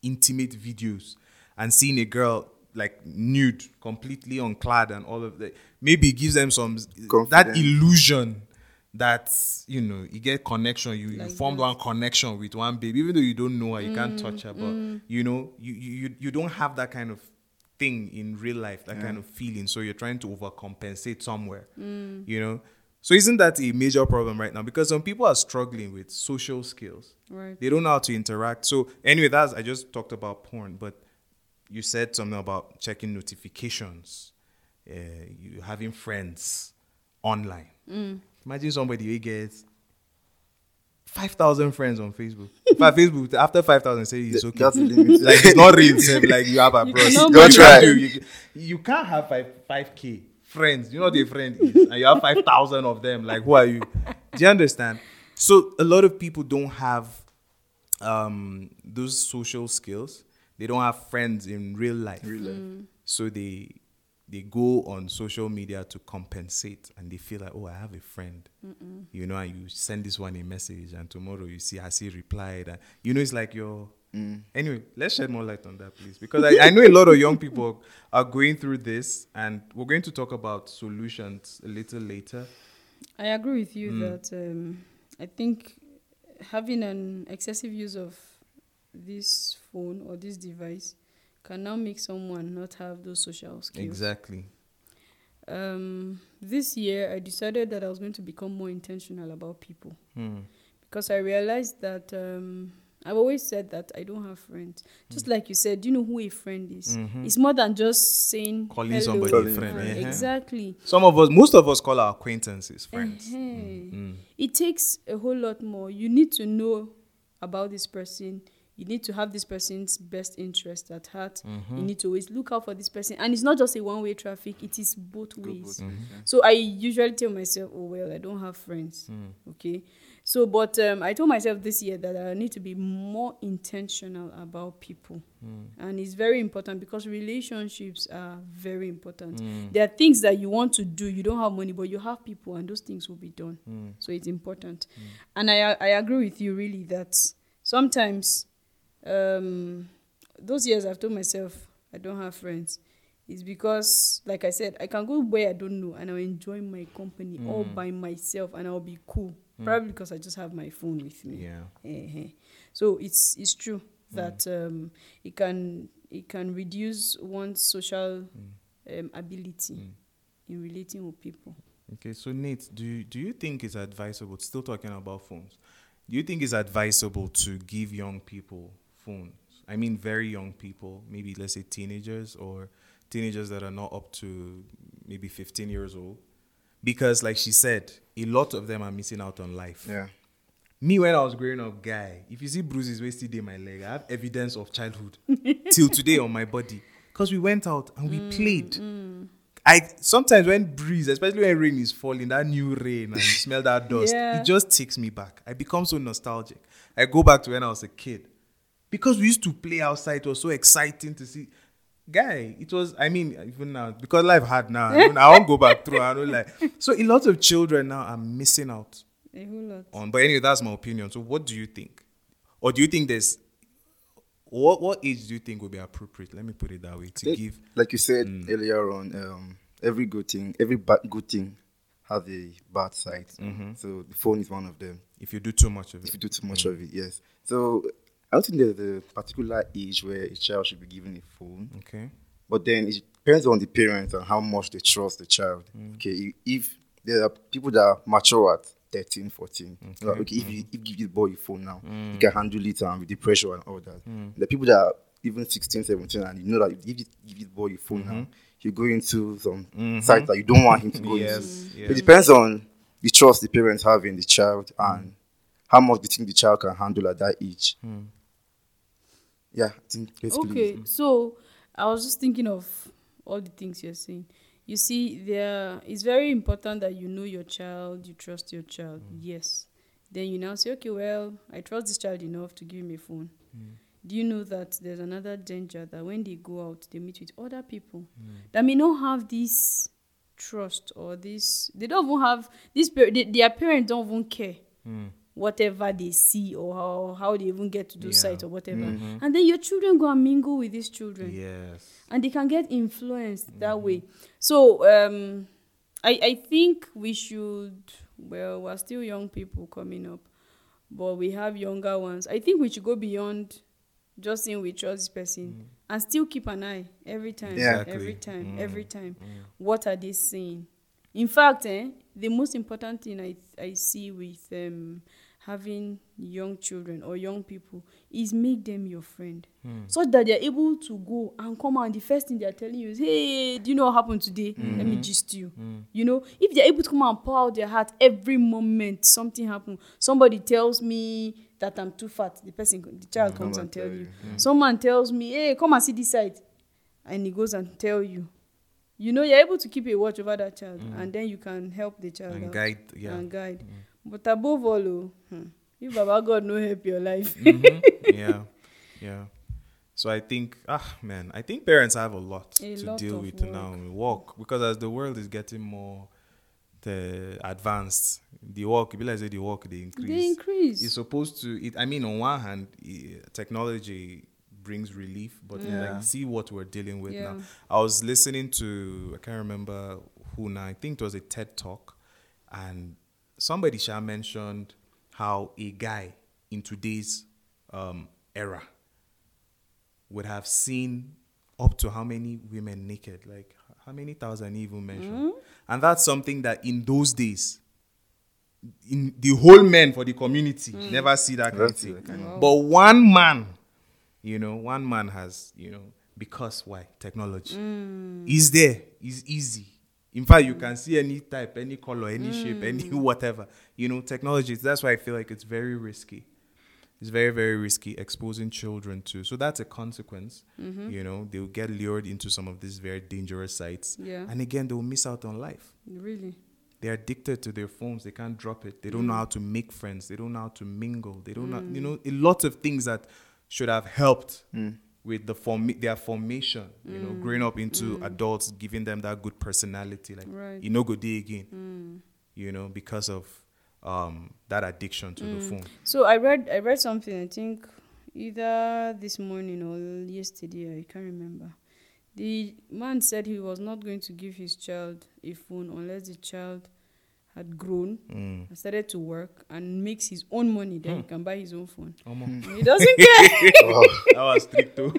Speaker 1: intimate videos and seeing a girl like nude, completely unclad, and all of that. Maybe it gives them some that
Speaker 3: Confidence.
Speaker 1: illusion that you know you get connection, you,
Speaker 2: Like Mm,
Speaker 1: you formed one connection with one babe, even though you don't know her, you can't touch her, but you know, you, you you- you don't have that kind of thing in real life, that kind of feeling. So you're trying to overcompensate somewhere.
Speaker 2: Mm.
Speaker 1: You know? So isn't that a major problem right now? Because some people are struggling with social skills.
Speaker 2: Right.
Speaker 1: They don't know how to interact. So anyway, that's I just talked about porn, but you said something about checking notifications, uh, you having friends online.
Speaker 2: Mm.
Speaker 1: Imagine somebody who gets five thousand friends on Facebook. But Facebook after five thousand say it's
Speaker 3: Th-
Speaker 1: okay.
Speaker 3: That's the limit.
Speaker 1: like it's not real. sef, like you have a
Speaker 2: You
Speaker 1: bros.
Speaker 2: cannot
Speaker 1: You
Speaker 3: manage-
Speaker 1: can't do- You, you can't have five five k friends. You know what a friend is, and you have five thousand of them. Like who are you? Do you understand? So a lot of people don't have um those social skills. They don't have friends in real life.
Speaker 3: Real life.
Speaker 1: Mm. So they they go on social media to compensate and they feel like, oh, I have a friend. You know, and you send this one a message and tomorrow you see has he replied and you know it's like your anyway, let's shed more light on that, please. Because I, I know a lot of young people are going through this and we're going to talk about solutions a little later.
Speaker 2: I agree with
Speaker 1: Hmm.
Speaker 2: you that um, I think having an excessive use of this phone or this device can now make someone not have those social skills.
Speaker 1: Exactly.
Speaker 2: Um, this year, I decided that I was going to become more intentional about people
Speaker 1: Hmm.
Speaker 2: because I realized that um, I've always said that I don't have friends.
Speaker 1: Hmm.
Speaker 2: Just like you said, you know who a friend is.
Speaker 1: Mm-hmm.
Speaker 2: It's more than just saying
Speaker 1: Calling
Speaker 2: hello.
Speaker 1: somebody
Speaker 3: Calling
Speaker 1: a friend.
Speaker 2: Uh,
Speaker 1: eh?
Speaker 2: Exactly.
Speaker 1: Some of us most of us call our acquaintances friends. Hmm. Mm-hmm.
Speaker 2: Ehen. It takes a whole lot more. You need to know about this person. You need to have this person's best interest at heart. You need to always look out for this person. And it's not just a one way traffic, it is both
Speaker 3: Go
Speaker 2: ways.
Speaker 3: both ways, yeah.
Speaker 2: So I usually tell myself, oh, well, I don't have friends. Okay. So, but um, I told myself this year that I need to be more intentional about people. And it's very important because relationships are very important. There are things that you want to do, you don't have money, but you have people, and those things will be done.
Speaker 1: Mm-hmm.
Speaker 2: So it's important. And I, I agree with you, really, that sometimes um, those years I've told myself I don't have friends is because, like I said, I can go where I don't know and I'll enjoy my company all by myself and I'll be cool. Probably because I just have my phone with me.
Speaker 1: Yeah.
Speaker 2: Ehen. So it's it's true that um, it can it can reduce one's social um, ability in relating with people.
Speaker 1: Okay, so Nate, do you, do you think it's advisable? Still talking about phones. Do you think it's advisable to give young people phones? I mean, very young people, maybe let's say teenagers or teenagers that are not up to maybe 15 years old, because like she said, a lot of them are missing out on life.
Speaker 3: Yeah.
Speaker 1: Me when I was growing up, guy, if you see bruises wasted in my leg, I have evidence of childhood till today on my body. Because we went out and we played. I sometimes when breeze, especially when rain is falling, that new rain and you smell that dust,
Speaker 2: Yeah.
Speaker 1: it just takes me back. I become so nostalgic. I I go back to when I was a kid. Because we used to play outside, it was so exciting to see. Guy, it was, I mean, even now, because life hard now, I, don't, I won't go back through. I don't like. So a lot of children now are missing out
Speaker 2: A whole lot.
Speaker 1: on. But anyway, that's my opinion. So what do you think? Or do you think there's, what, what age do you think would be appropriate? Let me put it that way to
Speaker 3: Like-
Speaker 1: give. Mm.
Speaker 3: like you said earlier on, um, every good thing, every bad good thing has a bad side.
Speaker 1: Mm-hmm.
Speaker 3: So the phone is one of them.
Speaker 1: If you do too much of
Speaker 3: If
Speaker 1: it,
Speaker 3: you do too much of it, yes. So I don't think there's a particular age where a child should be given a phone.
Speaker 1: okay.
Speaker 3: But then it depends on the parents and how much they trust the child.
Speaker 1: Mm.
Speaker 3: Okay, i- if there are people that are mature at 13, 14,
Speaker 1: Mm,
Speaker 3: okay, like, okay if, you, if you give this boy a phone now, he can handle it and with the pressure and all that.
Speaker 1: Mm.
Speaker 3: The people that are even 16, 17, and you know that if you give this- give this boy a phone now,
Speaker 1: Mm-hmm.
Speaker 3: he'll go into some sites that you don't want him to go
Speaker 1: Yes,
Speaker 3: into.
Speaker 1: yes. Mm.
Speaker 3: It depends on the trust the parents have in the child and how much they think the child can handle at that age.
Speaker 1: Mm.
Speaker 3: Yeah, I think basically
Speaker 2: Okay, so I was just thinking of all the things you're saying. You see, there it's very important that you know your child, you trust your child. Yes. Then you now say, okay, well, I trust this child enough to give him a phone. Do you know that there's another danger that when they go out, they meet with other people that may not have this trust or this. They don't even have this. par- They, their parents don't even care
Speaker 1: Hmm.
Speaker 2: whatever they see or how, how they even get to those
Speaker 1: Yeah. Mm-hmm.
Speaker 2: sites or whatever. And then your children go and mingle with these children.
Speaker 1: Yes. Mm-hmm.
Speaker 2: And they can get influenced that way. So um, I, I think we should, well, we're still young people coming up, but we have younger ones. I think we should go beyond just saying we trust this person and still keep an eye every time,
Speaker 3: Yeah.
Speaker 1: Mm. Exactly. Mm.
Speaker 2: every time, every time. What are they saying? In fact, eh, the most important thing I, I see with um, having young children or young people is make them your friend
Speaker 3: Hmm.
Speaker 2: so that they're able to go and come out. and The first thing they're telling you is, hey, do you know what happened today? Let
Speaker 3: Hmm.
Speaker 2: me gist you. You know, if they're able to come out and pour out their heart every moment something happened, somebody tells me that I'm too fat, the person, the child comes
Speaker 3: and
Speaker 2: and
Speaker 3: Hmm, tell
Speaker 2: tells
Speaker 3: you.
Speaker 2: you. Someone tells me, hey, come and see this side. And he goes and tell you. You know, you're able to keep a watch over that child
Speaker 3: Hmm.
Speaker 2: and then you can help the child
Speaker 1: And
Speaker 2: out
Speaker 1: guide, yeah. Mm.
Speaker 2: and guide. But above all, oh, hmm, if Baba God no help your life,
Speaker 1: Mm-hmm. yeah, yeah. So I think, ah, man, I think parents have a lot
Speaker 2: A
Speaker 1: to
Speaker 2: lot
Speaker 1: deal
Speaker 2: of
Speaker 1: with now in work because as the world is getting more the advanced, the work, people like say the work they increase.
Speaker 2: they increase.
Speaker 1: It's supposed to. It, I mean, on one hand, i technology brings relief, but
Speaker 3: Yeah.
Speaker 1: like see what we're dealing with now.
Speaker 2: Yeah.
Speaker 1: I was listening to I can't remember who now. I think it was a TED talk, and somebody shall mentioned how a guy in today's um, era would have seen up to how many women naked, like how many thousand he even mentioned, and that's something that in those days in the whole men for the community never see that kind of
Speaker 3: see
Speaker 1: thing.
Speaker 3: that
Speaker 1: But one man, you know, one man has, you know, because why? Technology is there, is easy. In fact, you can see any type, any color, any shape, any whatever. You know, technology. That's why I feel like it's very risky. It's very, very risky exposing children to. So that's a consequence. You know, they'll get lured into some of these very dangerous sites.
Speaker 2: Yeah.
Speaker 1: And again, they'll miss out on life
Speaker 2: Really?
Speaker 1: they're addicted to their phones they can't drop it they don't
Speaker 2: Mm.
Speaker 1: know how to make friends they don't know how to mingle they don't know you know a lot of things that should have helped
Speaker 2: Mm.
Speaker 1: with the form their formation you know growing up into adults giving them that good personality like
Speaker 2: Mm. Right.
Speaker 1: you know go day again
Speaker 2: Hmm.
Speaker 1: you know because of um that addiction to
Speaker 2: Mm.
Speaker 1: the phone
Speaker 2: So I read I read something I think either this morning or yesterday I can't remember. The man said he was not going to give his child a phone unless the child had grown
Speaker 1: Mm. Hmm.
Speaker 2: and started to work and makes his own money then he can buy his own phone.
Speaker 1: Omo,
Speaker 2: He doesn't care.
Speaker 1: that was strict too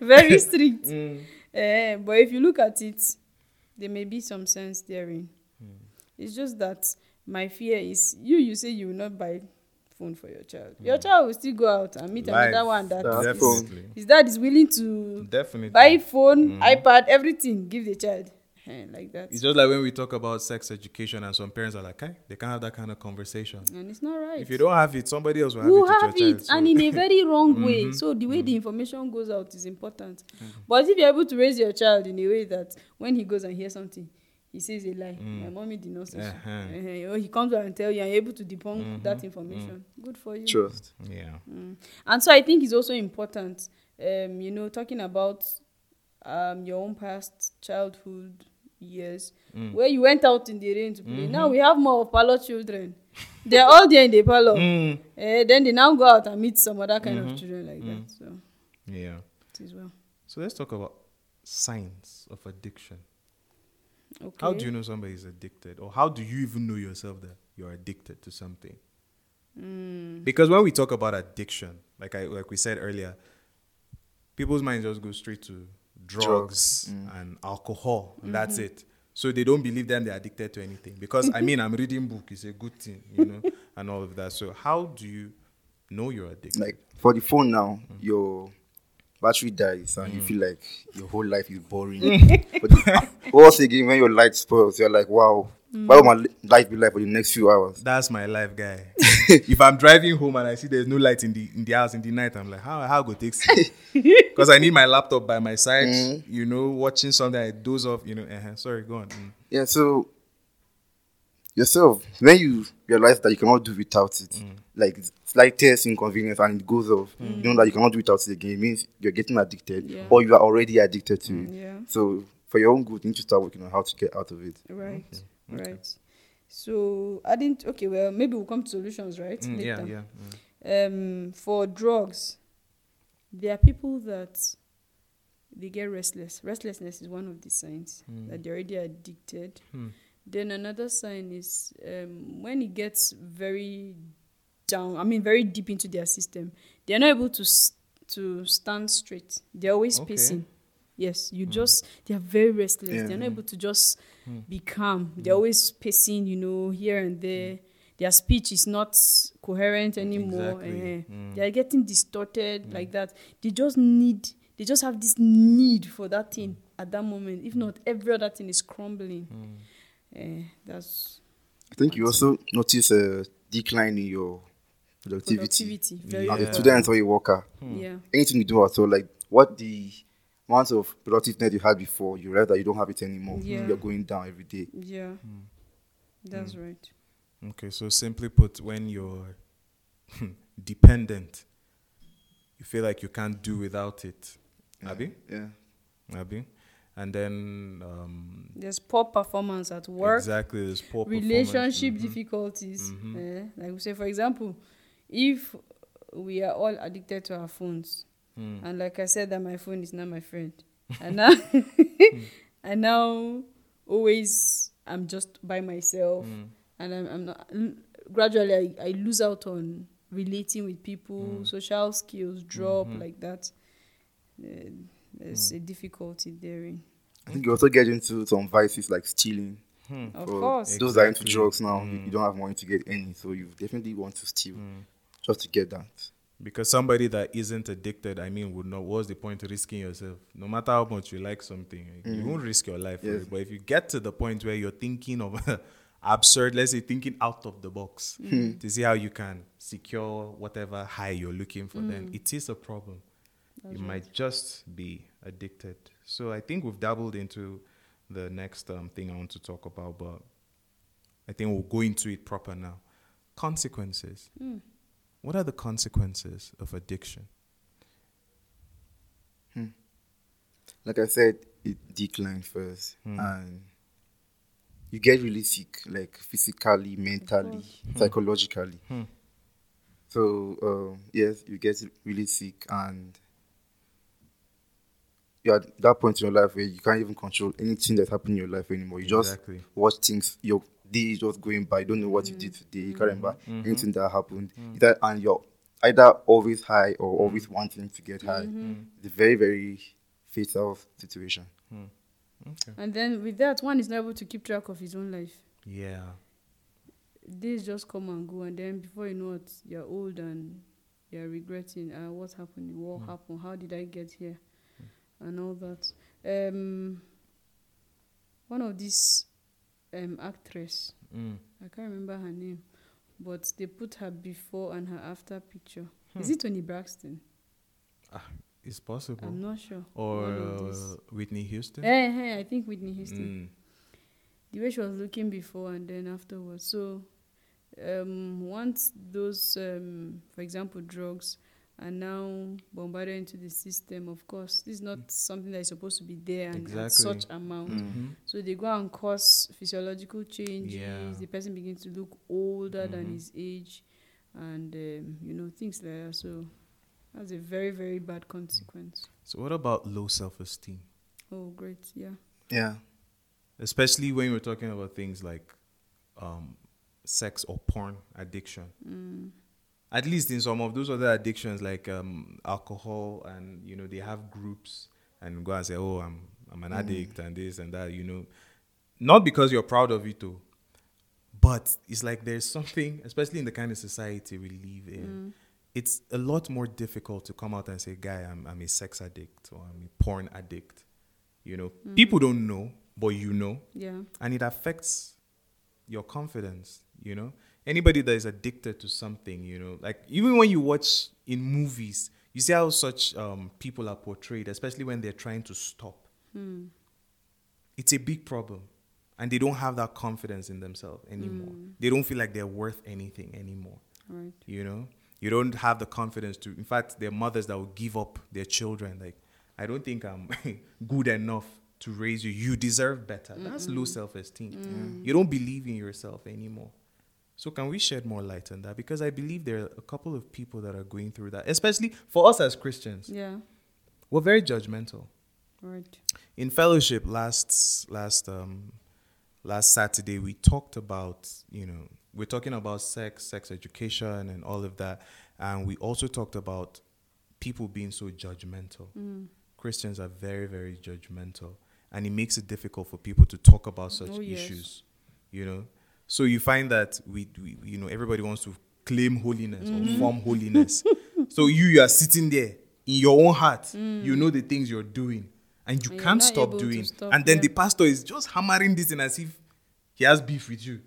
Speaker 2: Very strict. Eh, but if you look at it, there may be some sense therein.
Speaker 1: Hmm.
Speaker 2: It's just that my fear is you. You say you will not buy phone for your child.
Speaker 1: Hmm.
Speaker 2: Your child will still go out and meet another one that
Speaker 3: That's
Speaker 2: is- Mm.
Speaker 3: phone.
Speaker 1: definitely
Speaker 2: his dad is willing to
Speaker 1: definitely
Speaker 2: buy phone, iPad, everything. Give the child Eh, like that,
Speaker 1: it's just like when we talk about sex education and some parents are like hey they can't have that kind of conversation
Speaker 2: and it's not right.
Speaker 1: if you don't have it somebody else will have
Speaker 2: who
Speaker 1: it with
Speaker 2: have
Speaker 1: your
Speaker 2: it
Speaker 1: child, so-
Speaker 2: and in a very wrong way so the way the information goes out is important but if you're able to raise your child in a way that when he goes and hears something he says a lie. My mommy did not say so.
Speaker 1: Uh-huh.
Speaker 2: Uh-huh. Or he comes out and tell you, and you're able to debunk that information. Good for you.
Speaker 3: Trust.
Speaker 1: Yeah.
Speaker 2: And so I think it's also important, um, you know, talking about um, your own past childhood years where you went out in the rain to play. Now we have more of parlor children. They're all there in the parlor.
Speaker 1: Mm.
Speaker 2: Eh, then they now go out and meet some other kind
Speaker 1: Mm-hmm.
Speaker 2: of children like that.
Speaker 1: Mm.
Speaker 2: So
Speaker 1: Yeah.
Speaker 2: it is well.
Speaker 1: So let's talk about signs of addiction.
Speaker 2: Okay.
Speaker 1: How do you know somebody is addicted, or how do you even know yourself that you're addicted to something? Because when we talk about addiction, like I like we said earlier, people's minds just go straight to drugs, and alcohol, and that's it. So they don't believe them they're addicted to anything. Because I mean, I'm reading book; it's a good thing, you know, and all of that. So how do you know you're addicted?
Speaker 3: Like for the phone now, your battery dies and you feel like your whole life is boring. but the, once again, when your light spoils, you're like, wow, why will my li- life be like for the next few hours?
Speaker 1: that's my life, guy. if I'm driving home and I see there's no light in the in the house in the night, I'm like, how how go take Because I need my laptop by my side,
Speaker 2: Mm.
Speaker 1: you know, watching something I doze off, you know. Uh-huh, sorry, go on. Mm.
Speaker 3: Yeah, so yourself, when you realize that you cannot do without it, like slightest inconvenience and it goes off, you know that you cannot do without it again, it means you're getting addicted
Speaker 2: Yeah. Mm.
Speaker 3: or you are already addicted to it.
Speaker 2: Yeah.
Speaker 3: So for your own good, you need to start working on how to get out of it.
Speaker 2: Right. Right. So I didn't. Okay. Well, maybe we'll come to solutions, right?
Speaker 1: Mm, yeah,
Speaker 2: later.
Speaker 1: yeah.
Speaker 2: um, for drugs, there are people that they get restless. Restlessness is one of the signs that they're already addicted.
Speaker 1: Hmm.
Speaker 2: Then another sign is um, when it gets very down. I mean, very deep into their system, they're not able to s- to stand straight. They're always
Speaker 1: Okay. Hmm.
Speaker 2: pacing. Yes, you just they are very restless.
Speaker 3: Yeah.
Speaker 2: They're not able to just be calm. They're
Speaker 1: Hmm.
Speaker 2: always pacing, you know, here and there. Their speech is not coherent anymore.
Speaker 1: Exactly.
Speaker 2: eh, eh.
Speaker 1: Mm.
Speaker 2: They are getting distorted like that. They just need, they just have this need for that thing
Speaker 1: Mm.
Speaker 2: at that moment. If not, every other thing is crumbling. Eh, that's
Speaker 3: I think you also notice a decline in your productivity. Mm.
Speaker 2: productivity. Very Hmm.
Speaker 3: As
Speaker 1: Yeah.
Speaker 3: a student or a worker,
Speaker 1: Mm.
Speaker 2: important. Yeah.
Speaker 3: anything you do at all, like what the amount of productiveness you had before, you realize that you don't have it anymore.
Speaker 2: Yeah.
Speaker 3: You're going down every day.
Speaker 2: Yeah.
Speaker 1: Mm.
Speaker 2: That's right.
Speaker 1: Okay, so simply put, when you're dependent, you feel like you can't do without it.
Speaker 2: Mm.
Speaker 1: Abi,
Speaker 3: Yeah.
Speaker 1: Abi, and then um,
Speaker 2: There's poor performance at work.
Speaker 1: exactly this poor performance.
Speaker 2: relationship
Speaker 1: Mhm.
Speaker 2: difficulties. eh, like we say, for example, if we are all addicted to our phones, and like I said, that my phone is not my friend, and now, and now always I'm just by myself, and I'm, I'm not. l- Gradually, I, I lose out on relating with people, social skills drop like that. Eh, there's a difficulty therein.
Speaker 3: I think you also get into some vices like stealing.
Speaker 2: Hmm. Of
Speaker 3: Or
Speaker 2: course. Hmm.
Speaker 3: Those that are into
Speaker 1: Exactly.
Speaker 3: drugs now, you- you don't have money to get any, so you definitely want to steal just to get that.
Speaker 1: Because somebody that isn't addicted, I mean, would not. What's the point of risking yourself? No matter how much you like something, like, you won't risk your life. for
Speaker 3: Yes.
Speaker 1: it. But if you get to the point where you're thinking of absurd, let's say thinking out of the box to see how you can secure whatever high you're looking for, then it is a problem. you might just be addicted. So I think we've dabbled into the next um, thing I want to talk about, but I think we'll go into it proper now. Consequences. What are the consequences of addiction?
Speaker 3: Like I said, it declined first,
Speaker 2: Hmm.
Speaker 3: and you get really sick, like physically, mentally, psychologically. So um, yes, you get really sick, and you're at that point in your life where you can't even control anything that's happening in your life anymore. You
Speaker 1: Exactly.
Speaker 3: just watch things. Your day is just going by. You don't know what you did today. You can't remember anything that happened. Either and you're either always high or always wanting to get high. It's a very very fatal situation.
Speaker 1: Okay.
Speaker 2: And then with that, one is not able to keep track of his own life.
Speaker 1: Yeah.
Speaker 2: days just come and go and then before you know it you're old and you're regretting uh, what happened what happened how did i get here and all that um one of these um actress
Speaker 1: Mm.
Speaker 2: i can't remember her name but they put her before and her after picture is it tony braxton
Speaker 1: It's possible.
Speaker 2: i'm not sure Eh,
Speaker 1: or
Speaker 2: one of
Speaker 1: uh,
Speaker 2: these.
Speaker 1: Whitney Houston.
Speaker 2: Hey, hey, i think whitney houston
Speaker 1: Mm.
Speaker 2: the way she was looking before and then afterwards. So um, once those, um, for example, drugs are now bombarded into the system, of course, this is not something that is supposed to be there and at
Speaker 1: Mm. Exactly.
Speaker 2: such amount.
Speaker 1: Mm-hmm.
Speaker 2: So they go and cause physiological changes.
Speaker 1: Yeah.
Speaker 2: The person begins to look older
Speaker 1: Mhm.
Speaker 2: than his age, and um, you know things like that. So that's a very very bad consequence.
Speaker 1: So what about low self-esteem? Mm.
Speaker 2: Oh great, yeah.
Speaker 3: Yeah.
Speaker 1: Especially when we're talking about things like um, sex or porn addiction.
Speaker 2: Mm.
Speaker 1: At least in some of those other addictions like um, alcohol and, you know, they have groups and go and say, oh, I'm, I'm an
Speaker 2: Mm.
Speaker 1: addict and this and that, you know. Not because you're proud of it, though. But it's like there's something, especially in the kind of society we live in, it's a lot more difficult to come out and say, guy, I'm, I'm a sex addict or I'm a porn addict. You know, people don't know, but you know.
Speaker 2: Yeah.
Speaker 1: And it affects your confidence, you know. Anybody that is addicted to something, you know, like even when you watch in movies, you see how such um, people are portrayed, especially when they're trying to stop
Speaker 2: Mm.
Speaker 1: it's a big problem and they don't have that confidence in themselves anymore they don't feel like they're worth anything anymore
Speaker 2: Right.
Speaker 1: you know you don't have the confidence to in fact there are mothers that will give up their children like i don't think i'm good enough to raise you you deserve better that's low self-esteem you don't believe in yourself anymore so can we shed more light on that because i believe there are a couple of people that are going through that especially for us as christians
Speaker 2: Yeah.
Speaker 1: we're very judgmental
Speaker 2: Right.
Speaker 1: in fellowship last last um last Saturday we talked about you know we're talking about sex sex education and all of that and we also talked about people being so judgmental
Speaker 2: Mm.
Speaker 1: Christians are very very judgmental and it makes it difficult for people to talk about such
Speaker 2: Oh, yes.
Speaker 1: issues you know so you find that we, we you know everybody wants to claim holiness
Speaker 2: Mm.
Speaker 1: or form holiness so you you are sitting there in your own heart
Speaker 2: Mm.
Speaker 1: you know the things you're doing and you
Speaker 2: And you're
Speaker 1: can't
Speaker 2: not
Speaker 1: stop
Speaker 2: able to
Speaker 1: doing
Speaker 2: stop,
Speaker 1: and then
Speaker 2: yeah.
Speaker 1: the pastor is just hammering this in as if he has beef with you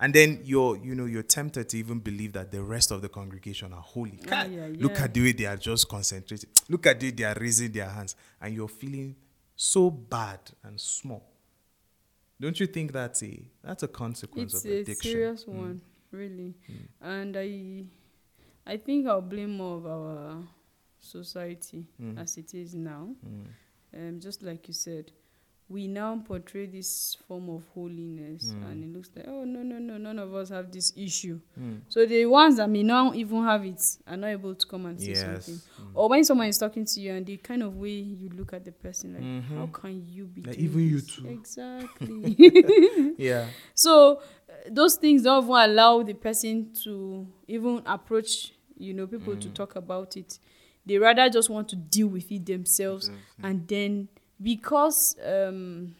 Speaker 1: and then you're you know you're tempted to even believe that the rest of the congregation are holy
Speaker 2: Ah,
Speaker 1: God,
Speaker 2: yeah,
Speaker 1: look
Speaker 2: yeah.
Speaker 1: at the way they are just concentrating look at the way they are raising their hands and you're feeling so bad and small don't you think that's a that's a consequence
Speaker 2: It's
Speaker 1: of
Speaker 2: a
Speaker 1: addiction Mm.
Speaker 2: serious one, really. And I I think I'll blame more of our society
Speaker 1: Mm.
Speaker 2: as it is now.
Speaker 1: Mm.
Speaker 2: um, just like you said, we now portray this form of holiness,
Speaker 1: Mm.
Speaker 2: and it looks like, oh, no, no, no, none of us have this issue.
Speaker 1: Mm.
Speaker 2: So the ones that may not even have it are not able to come and say
Speaker 1: yes
Speaker 2: something.
Speaker 1: Mm.
Speaker 2: Or when someone is talking to you, and the kind of way you look at the person, like,
Speaker 1: Mhm.
Speaker 2: how can you be
Speaker 1: Like,
Speaker 2: doing
Speaker 1: even you
Speaker 2: this?"
Speaker 1: too.
Speaker 2: Exactly.
Speaker 1: yeah
Speaker 2: so uh, those things don't even allow the person to even approach, you know, people
Speaker 1: Mm.
Speaker 2: to talk about it. They rather just want to deal with it themselves and then because um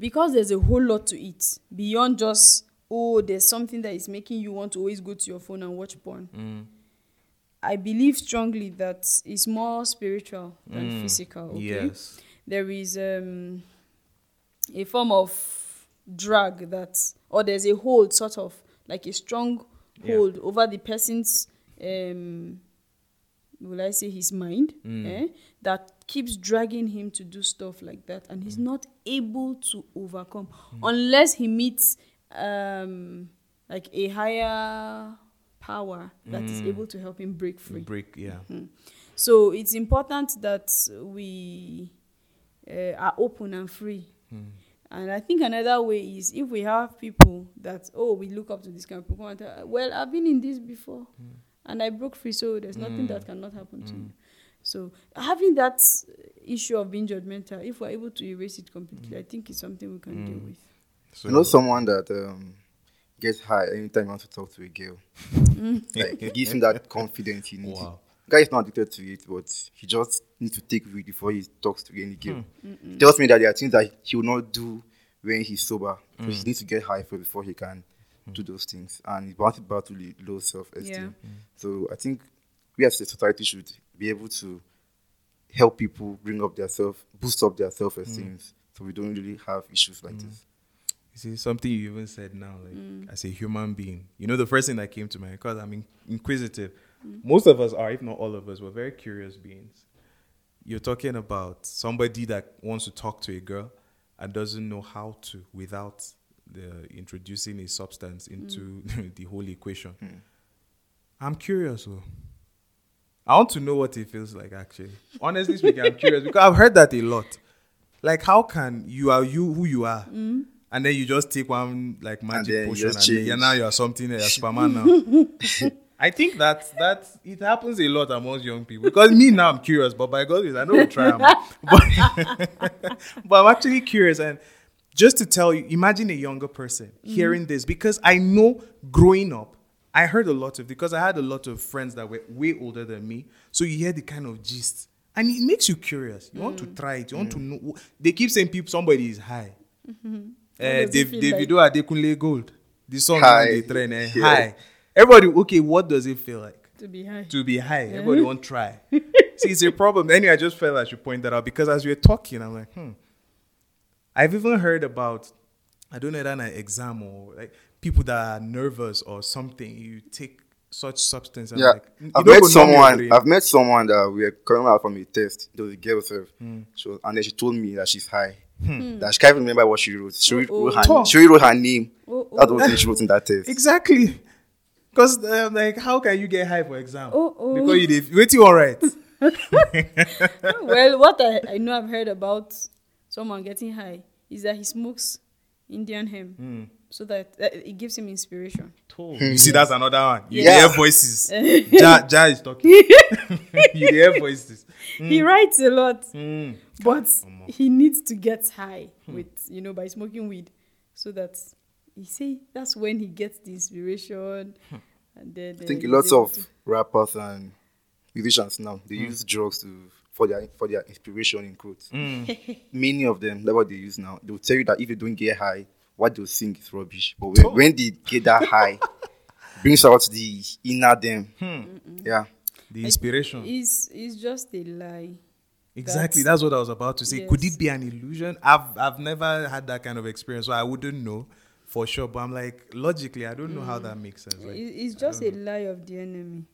Speaker 2: because there's a whole lot to it beyond just oh there's something that is making you want to always go to your phone and watch porn
Speaker 1: Mm.
Speaker 2: i believe strongly that it's more spiritual than
Speaker 1: Mm.
Speaker 2: physical okay
Speaker 1: yes
Speaker 2: there is um a form of drag that or there's a hold sort of like a strong
Speaker 1: Yeah.
Speaker 2: hold over the person's um will i say his mind
Speaker 1: Mm.
Speaker 2: eh, that keeps dragging him to do stuff like that and
Speaker 1: Mm.
Speaker 2: he's not able to overcome unless he meets um like a higher power that is
Speaker 1: Mm.
Speaker 2: able to help him break free
Speaker 1: break yeah
Speaker 2: Mm-hmm. so it's important that we uh, are open and free.
Speaker 1: Mm.
Speaker 2: And I think another way is if we have people that, oh, we look up to this kind of people, and, uh, well, I've been in this before and I broke free, so there's nothing that cannot happen to you. So having that issue of being judgmental, if we're able to erase it completely, I think it's something we can deal with.
Speaker 1: so
Speaker 3: You know someone that um, gets high anytime you want to talk to a girl. like it gives him that confidence he needs.
Speaker 1: Wow.
Speaker 3: Guy is not addicted to it, but he just needs to take weed before he talks to any girl. He tells me that there are things that he will not do when he's sober. So he needs to get high first before he can do those things. And it's about about really low self esteem. So I think we as a society should be able to help people bring up their self boost up their self esteem so we don't really have issues like this.
Speaker 1: You see, something you even said now, like as a human being, you know, the first thing that came to mind because I'm in- inquisitive. Most of us are, if not all of us, we're very curious beings. You're talking about somebody that wants to talk to a girl, and doesn't know how to without the, introducing a substance into the whole equation.
Speaker 3: Hmm.
Speaker 1: I'm curious. oh. I want to know what it feels like actually. Honestly speaking, I'm curious because I've heard that a lot. Like how can you are you who you are and then you just take one like magic
Speaker 3: then you
Speaker 1: potion
Speaker 3: just
Speaker 1: and then, yeah,
Speaker 3: change.
Speaker 1: now you are something else, you're Superman now. I think that that it happens a lot amongst young people because me now I'm curious, but by God's grace I know we try. am. But, but I'm actually curious and just to tell you, imagine a younger person
Speaker 2: Mm-hmm.
Speaker 1: hearing this because I know growing up, I heard a lot of because I had a lot of friends that were way older than me, so you hear the kind of gist and it makes you curious. You want
Speaker 2: Mm.
Speaker 1: to try it. You want to know. They keep saying people somebody is high. Uh,
Speaker 2: Mm-hmm. does
Speaker 1: Dav-
Speaker 2: it feel
Speaker 1: Davido Adekunle Gold. The song
Speaker 3: High.
Speaker 1: on the trend, eh?
Speaker 3: Yeah.
Speaker 1: high. Everybody, okay, what does it feel like
Speaker 2: to be high.
Speaker 1: to be high? Everybody won't try. See, it's a problem. Anyway, I just felt I should point that out because as we were talking, I'm like, hmm. I've even heard about, I don't know, that an exam or like people that are nervous or something, you take such substance. I'm
Speaker 3: Yeah,
Speaker 1: like, "You don't
Speaker 3: I've met
Speaker 1: go numb your
Speaker 3: someone.
Speaker 1: brain."
Speaker 3: I've met someone that we are coming out from a test. There was a girl herself,
Speaker 1: Hmm.
Speaker 3: she was, and then she told me that she's high. That she can't even remember what she wrote. She wrote,
Speaker 2: Uh-oh.
Speaker 3: wrote her,
Speaker 1: Talk.
Speaker 3: she wrote her name.
Speaker 2: Uh-oh.
Speaker 3: That's the only thing
Speaker 2: Oh,
Speaker 3: she wrote in that test.
Speaker 1: Exactly. Because, uh, like, how can you get high for exam?
Speaker 2: Oh, oh.
Speaker 1: Because you did, wait, you all right.
Speaker 2: well, what I, I know I've heard about someone getting high is that he smokes Indian hemp so that uh, it gives him inspiration.
Speaker 1: You see, that's another one. You
Speaker 3: Yeah.
Speaker 1: hear voices. ja, ja is talking. you hear voices.
Speaker 2: He writes a lot,
Speaker 1: Mm.
Speaker 2: but he needs to get high with, you know, by smoking weed so that you see, that's when he gets the inspiration. And then,
Speaker 3: I
Speaker 2: uh,
Speaker 3: think
Speaker 2: he's
Speaker 3: lots
Speaker 2: able
Speaker 3: of
Speaker 2: to-
Speaker 3: rappers and musicians now
Speaker 1: Hmm.
Speaker 3: they use drugs to for their for their inspiration in quotes.
Speaker 1: Hmm.
Speaker 3: Many of them, that's what they use now. They will tell you that if you don't get high, what they'll sing is rubbish. But when, when they get that high, brings out the inner them.
Speaker 1: Hmm.
Speaker 3: Yeah.
Speaker 1: The inspiration.
Speaker 2: It's, it's just a lie.
Speaker 1: Exactly. That's what I was about to say. Could
Speaker 2: Yes.
Speaker 1: it be an illusion? I've I've never had that kind of experience, so I wouldn't know for sure. But I'm like, logically, I don't know how that makes sense.
Speaker 2: It-
Speaker 1: Like,
Speaker 2: it's just a lie of the enemy.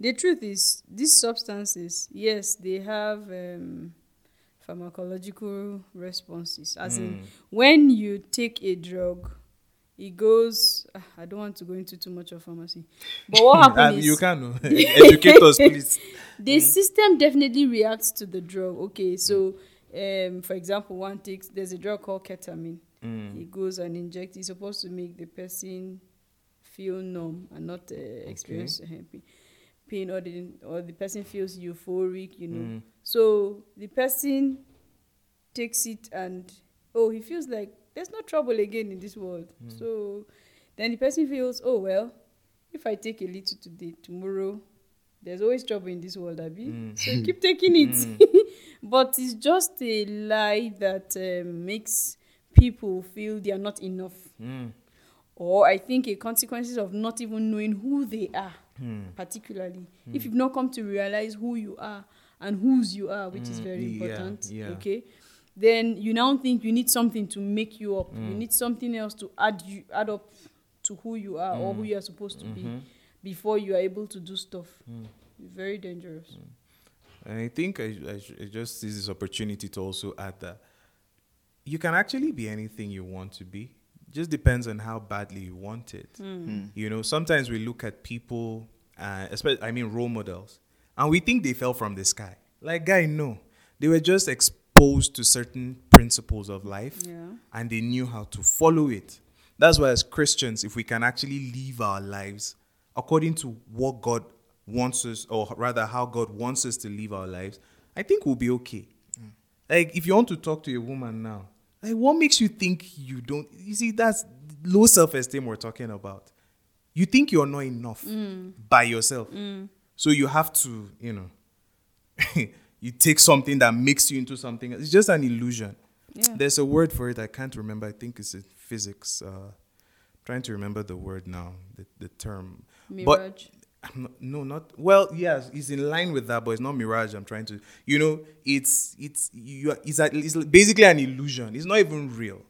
Speaker 2: The truth is, these substances, yes, they have um, pharmacological responses. As in,
Speaker 1: Hmm.
Speaker 2: when you take a drug, it goes. ah, I don't want to go into too much of pharmacy, but what
Speaker 1: um,
Speaker 2: happens is
Speaker 1: you can know. educate us, please.
Speaker 2: the system definitely reacts to the drug. Okay, so um, for example, one takes there's a drug called ketamine. It goes and injects. It's supposed to make the person feel numb and not uh, experience uh, pain- pain, or the or the person feels euphoric. You know, so the person takes it and oh, he feels like there's no trouble again in this world. So then the person feels oh well, if I take a little today, tomorrow, there's always trouble in this world, Abby. So you keep taking it. but it's just a lie that um, makes people feel they are not enough.
Speaker 1: Hmm.
Speaker 2: Or I think a consequences of not even knowing who they are,
Speaker 1: Hmm.
Speaker 2: particularly if you've not come to realize who you are and whose you are, which is very
Speaker 1: Hmm. yeah,
Speaker 2: important.
Speaker 1: yeah.
Speaker 2: Okay. Then you now think you need something to make you up.
Speaker 1: Hmm.
Speaker 2: You need something else to add you add up to who you are or
Speaker 1: Hmm.
Speaker 2: who you are supposed to
Speaker 1: Mm-hmm.
Speaker 2: be before you are able to do stuff.
Speaker 1: Hmm.
Speaker 2: Very dangerous.
Speaker 1: And I think I, I, sh- I just see this opportunity to also add that you can actually be anything you want to be. Just depends on how badly you want it. You know, sometimes we look at people, uh, especially I mean role models, and we think they fell from the sky. Like guy, no, they were just exposed to certain principles of life,
Speaker 2: Yeah.
Speaker 1: and they knew how to follow it. That's why as Christians, if we can actually live our lives according to what God wants us, or rather how God wants us to live our lives, I think we'll be okay. Like if you want to talk to a woman now, like what makes you think you don't you see that's low self-esteem we're talking about. You think you're not enough by yourself. So you have to, you know, you take something that makes you into something. It's just an illusion.
Speaker 2: Yeah.
Speaker 1: There's a word for it I can't remember. I think it's in physics. Uh, trying to remember the word now, the, the term. But
Speaker 2: Mirage.
Speaker 1: I'm not, no, not well. Yes, it's in line with that, but it's not mirage. I'm trying to, you know, it's it's you. are- It's, a, it's basically an illusion. It's not even real.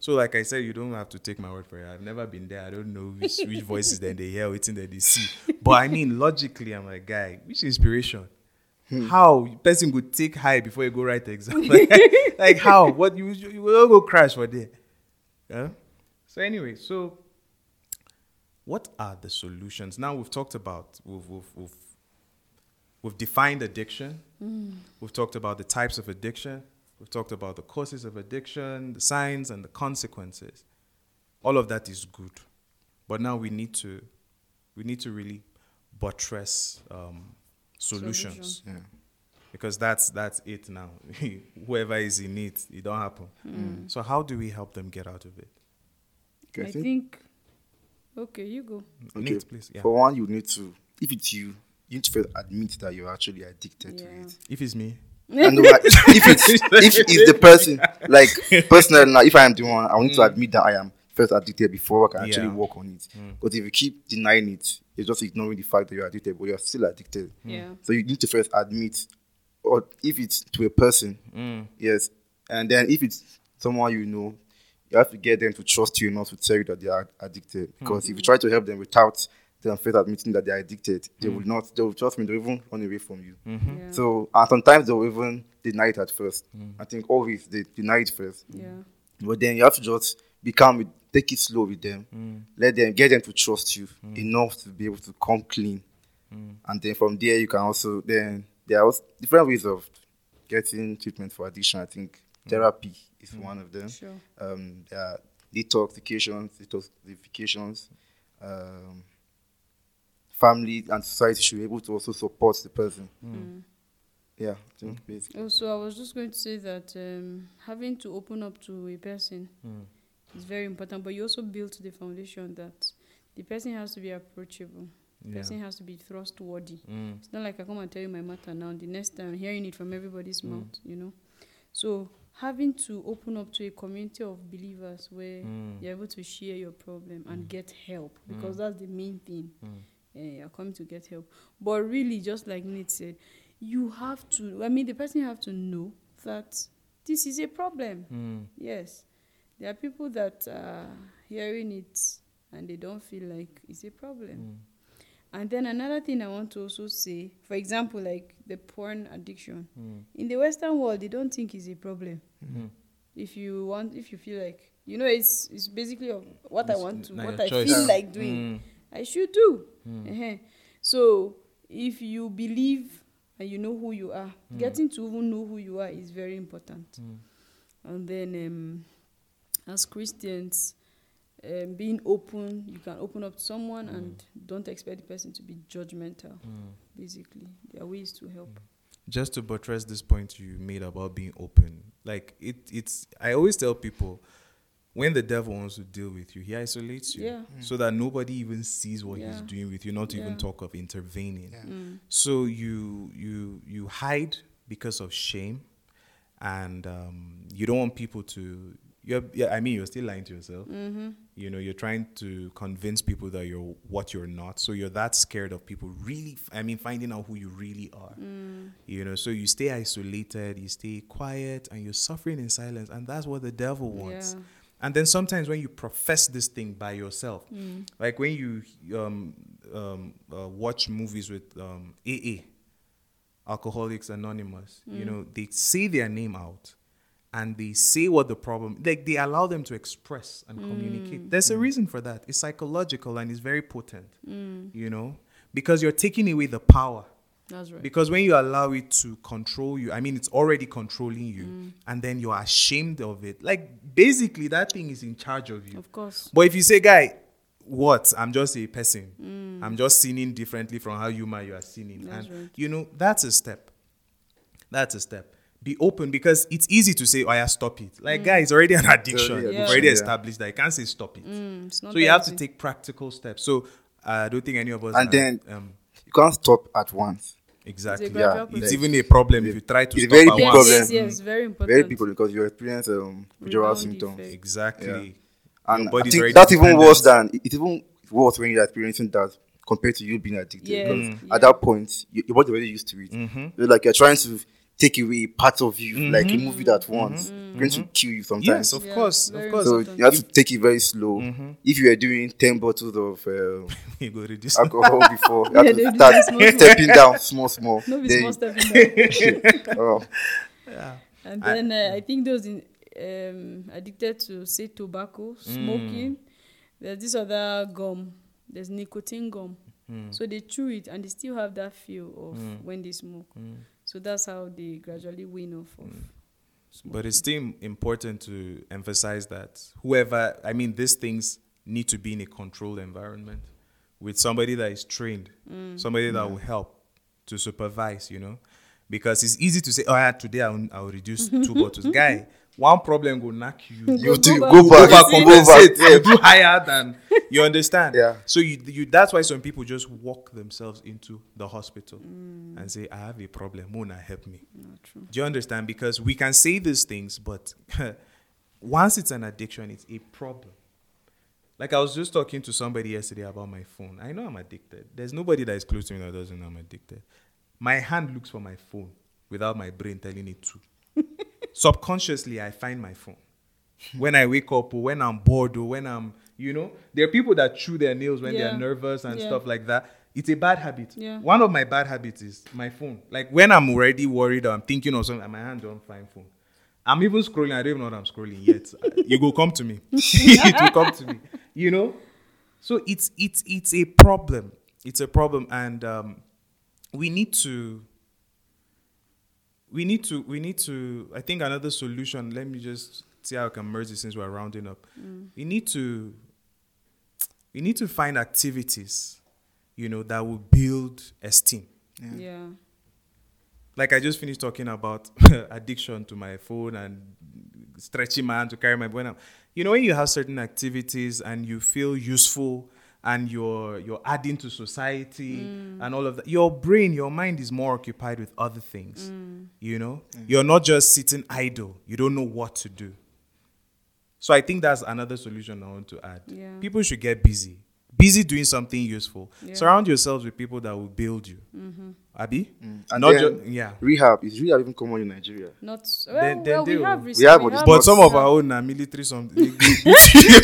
Speaker 1: So, like I said, you don't have to take my word for it. I've never been there. I don't know which, which voices then they hear, which thing that they see. But I mean, logically, I'm like, guy, which inspiration? How person could take high before you go write the exam? like, how? What you you will all go crash for there? Yeah. So anyway, so what are the solutions? Now we've talked about we've we've we've, we've defined addiction. We've talked about the types of addiction. We've talked about the causes of addiction, the signs and the consequences. All of that is good, but now we need to we need to really buttress um, solutions
Speaker 2: Solutions.
Speaker 3: Yeah.
Speaker 1: because that's that's it now. Whoever is in it, it don't happen. So how do we help them get out of it?
Speaker 2: I
Speaker 3: Okay, I think-
Speaker 2: think. Okay, you go.
Speaker 1: Hmm.
Speaker 3: Okay.
Speaker 1: Neat, please. Yeah.
Speaker 3: For one, you need to, if it's you, you need to first admit that you're actually addicted to
Speaker 2: Yeah.
Speaker 3: it.
Speaker 1: If it's me,
Speaker 3: And like, if it's if it's the person, like personally, now, if I am the one, I want to admit that I am first addicted before I can actually
Speaker 1: Yeah.
Speaker 3: work on it. Because if you keep denying it, you're just ignoring the fact that you're addicted, but you're still addicted.
Speaker 2: Yeah.
Speaker 3: So you need to first admit, or if it's to a person, yes, and then if it's someone you know, you have to get them to trust you enough to tell you that they are addicted. Because if you try to help them without them first admitting that they are addicted, they will not. They will trust me. They will even run away from you.
Speaker 2: Yeah.
Speaker 3: So and sometimes they'll even deny it at first. I think always they deny it first.
Speaker 2: Yeah.
Speaker 3: But then you have to just be calm with take it slow with them. Let them get them to trust you enough to be able to come clean. And then from there you can also then there are also different ways of getting treatment for addiction. I think therapy is one of them.
Speaker 2: Sure.
Speaker 3: Um there are detoxifications, detoxifications, um family and society should be able to also support the person.
Speaker 2: Hmm.
Speaker 3: Yeah, I think basically.
Speaker 2: Also, Oh, I was just going to say that um, having to open up to a person is very important, but you also build the foundation that the person has to be approachable. The
Speaker 1: Yeah.
Speaker 2: person has to be trustworthy. It's not like I come and tell you my matter now. The next time, hearing it from everybody's mouth, you know. So having to open up to a community of believers where you're able to share your problem and get help because that's the main thing. Eh, you're coming to get help, but really, just like Nate said, you have to. I mean, the person have to know that this is a problem. Yes, there are people that are hearing it and they don't feel like it's a problem.
Speaker 1: Mm.
Speaker 2: And then another thing I want to also say, for example, like the porn addiction.
Speaker 1: Mm.
Speaker 2: In the Western world, they don't think it's a problem.
Speaker 1: Mm-hmm.
Speaker 2: If you want, if you feel like, you know, it's it's basically of what I
Speaker 1: It's
Speaker 2: want to,
Speaker 1: not
Speaker 2: what
Speaker 1: your
Speaker 2: I
Speaker 1: choice. Mm.
Speaker 2: feel
Speaker 1: Yeah.
Speaker 2: like doing, I should do. Ehen. So if you believe and you know who you are,
Speaker 1: Mm.
Speaker 2: getting to even know who you are is very important. And then um, as Christians, um, being open, you can open up to someone
Speaker 1: Mm.
Speaker 2: and don't expect the person to be judgmental. Basically, there are ways to help.
Speaker 1: just to buttress this point you made about being open, like it, it's. I always tell people when the devil wants to deal with you, he isolates you,
Speaker 2: Yeah.
Speaker 1: so that nobody even sees what he's
Speaker 2: Yeah.
Speaker 1: doing with you. Not to
Speaker 2: Yeah.
Speaker 1: even talk of intervening.
Speaker 2: Mm.
Speaker 1: So you you you hide because of shame, and um, you don't want people to. You're, yeah, I mean, you're still lying to yourself. You know, you're trying to convince people that you're what you're not. So you're that scared of people really. I mean, finding out who you really are. You know, so you stay isolated, you stay quiet, and you're suffering in silence, and that's what the devil wants.
Speaker 2: Yeah.
Speaker 1: And then sometimes when you profess this thing by yourself, like when you um, um, uh, watch movies with um, AA, Alcoholics Anonymous, you know, they say their name out and they say what the problem, like they allow them to express and communicate. There's a reason for that. It's psychological and it's very potent, you know, because you're taking away the power.
Speaker 2: That's right.
Speaker 1: Because when you allow it to control you, I mean, it's already controlling you,
Speaker 2: Mm.
Speaker 1: and then you're ashamed of it. Like, basically, that thing is in charge of you.
Speaker 2: Of course.
Speaker 1: But if you say, guy, what? I'm just a person. I'm just sinning differently from how you man you are sinning.
Speaker 2: Mm. That's
Speaker 1: and
Speaker 2: right.
Speaker 1: you know, that's a step. That's a step. Be open because it's easy to say, oh yeah, stop it.
Speaker 2: Mm.
Speaker 1: Like, guy, it's already an addiction.
Speaker 3: addiction,
Speaker 1: You've already
Speaker 3: yeah.
Speaker 1: established that. You can't say stop it.
Speaker 2: Mm, it's not
Speaker 1: So you
Speaker 2: that
Speaker 1: have to
Speaker 2: easy.
Speaker 1: take practical steps. So uh, I don't think any of us
Speaker 3: And
Speaker 1: are,
Speaker 3: then-
Speaker 1: um,
Speaker 3: You can't stop at once.
Speaker 1: Exactly.
Speaker 2: It's a gradual
Speaker 1: It's
Speaker 2: process.
Speaker 1: even a problem if you try to
Speaker 3: It's
Speaker 1: stop
Speaker 3: very
Speaker 1: at
Speaker 3: big
Speaker 1: once.
Speaker 2: Yes,
Speaker 3: problem.
Speaker 2: yes, yes, very important.
Speaker 3: Very people because you experience
Speaker 2: Mm,
Speaker 3: um withdrawal
Speaker 2: Rebound
Speaker 3: symptoms.
Speaker 2: effect.
Speaker 1: Exactly.
Speaker 3: And
Speaker 1: Your body's
Speaker 3: I think
Speaker 1: already
Speaker 3: that's even worse
Speaker 1: dependent.
Speaker 3: than it's even worse when you're experiencing that compared to you being addicted.
Speaker 2: Yes,
Speaker 3: Because
Speaker 2: Mm. yeah.
Speaker 1: Mm-hmm.
Speaker 3: at that point, you, your body already used to it. So, like you're trying to take away part of you, like remove it
Speaker 2: Mm-hmm.
Speaker 3: at once. It's going to kill you sometimes.
Speaker 1: Yes, of
Speaker 2: Yeah,
Speaker 1: course, of
Speaker 2: very
Speaker 1: course.
Speaker 3: so
Speaker 2: sometimes.
Speaker 3: you have to take it very slow. If you are doing ten bottles of um,
Speaker 1: you go reduce.
Speaker 3: alcohol before, you
Speaker 2: Yeah,
Speaker 3: have
Speaker 2: they do
Speaker 3: to start
Speaker 2: small, small.
Speaker 3: stepping down small, small.
Speaker 2: No, it's
Speaker 3: Then-
Speaker 2: more stepping down.
Speaker 3: oh,
Speaker 2: And then
Speaker 1: Mm.
Speaker 2: uh, I think those in, um, addicted to say tobacco,
Speaker 1: Mm.
Speaker 2: smoking. There's this other gum. There's nicotine gum.
Speaker 1: Mm.
Speaker 2: So they chew it and they still have that feel of when they smoke.
Speaker 1: Mm.
Speaker 2: So that's how they gradually wean off of.
Speaker 1: But it's still important to emphasize that whoever, I mean, these things need to be in a controlled environment with somebody that is trained,
Speaker 2: Mm.
Speaker 1: somebody that will help to supervise, you know, because it's easy to say, oh, yeah, today I'll, I'll reduce two bottles. Guy, one problem will knock you.
Speaker 3: you
Speaker 2: Go
Speaker 3: do
Speaker 2: back.
Speaker 3: go
Speaker 1: Go
Speaker 3: back,
Speaker 1: back,
Speaker 3: go back.
Speaker 1: compensate, you do higher than you understand.
Speaker 3: Yeah.
Speaker 1: So you, you that's why some people just walk themselves into the hospital and say, I have a problem. Mona, help me.
Speaker 2: Not true.
Speaker 1: Do you understand? Because we can say these things, but once it's an addiction, it's a problem. Like I was just talking to somebody yesterday about my phone. I know I'm addicted. There's nobody that is close to me that doesn't know I'm addicted. My hand looks for my phone without my brain telling it to. Subconsciously, I find my phone. When I wake up, or when I'm bored, or when I'm, you know, there are people that chew their nails when
Speaker 2: Yeah.
Speaker 1: they're nervous and
Speaker 2: Yeah.
Speaker 1: stuff like that. It's a bad habit.
Speaker 2: Yeah.
Speaker 1: One of my bad habits is my phone. Like when I'm already worried or I'm thinking of something, my hand don't find phone. I'm even scrolling. I don't even know what I'm scrolling yet. you go come to me. it will come to me. You know. So it's it's it's a problem. It's a problem, and um, we need to we need to we need to i think another solution let me just see how i can merge it since we're rounding up we need to we need to find activities you know that will build esteem
Speaker 2: Yeah.
Speaker 1: like i just finished talking about addiction to my phone and stretching my hand to carry my phone out. you know when you have certain activities and you feel useful and you're you're adding to society
Speaker 2: Mm.
Speaker 1: and all of that your brain your mind is more occupied with other things
Speaker 2: Mm.
Speaker 1: you know
Speaker 3: Mm.
Speaker 1: you're not just sitting idle you don't know what to do so I think that's another solution I want to add.
Speaker 2: Yeah.
Speaker 1: People should get busy. Busy doing something useful.
Speaker 2: Yeah. Mm-hmm.
Speaker 1: Surround yourselves with people that will build you. Abi?
Speaker 3: Mm. And
Speaker 1: Not
Speaker 3: then-
Speaker 1: ju- yeah.
Speaker 3: Rehab is rehab even common in Nigeria?
Speaker 2: Not well.
Speaker 1: Then- then
Speaker 2: well
Speaker 1: they
Speaker 2: we
Speaker 1: will-
Speaker 2: have
Speaker 1: We
Speaker 2: research.
Speaker 3: have, but it's
Speaker 1: But some of
Speaker 2: yeah.
Speaker 1: our own are military something. yeah.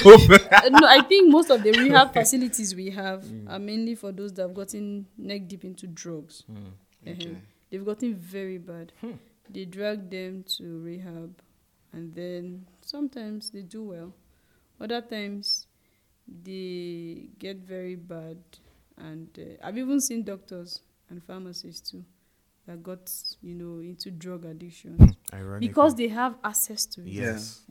Speaker 2: Uh, no, I think most of the rehab facilities we have are mainly for those that have gotten neck deep into drugs. Uh-huh.
Speaker 3: Okay.
Speaker 2: They've gotten very bad. They drag them to rehab, and then sometimes they do well. Other times, they get very bad, and uh, I've even seen doctors and pharmacists too that got you know into drug addiction
Speaker 1: Ironic.
Speaker 2: because they have access to it.
Speaker 1: yes.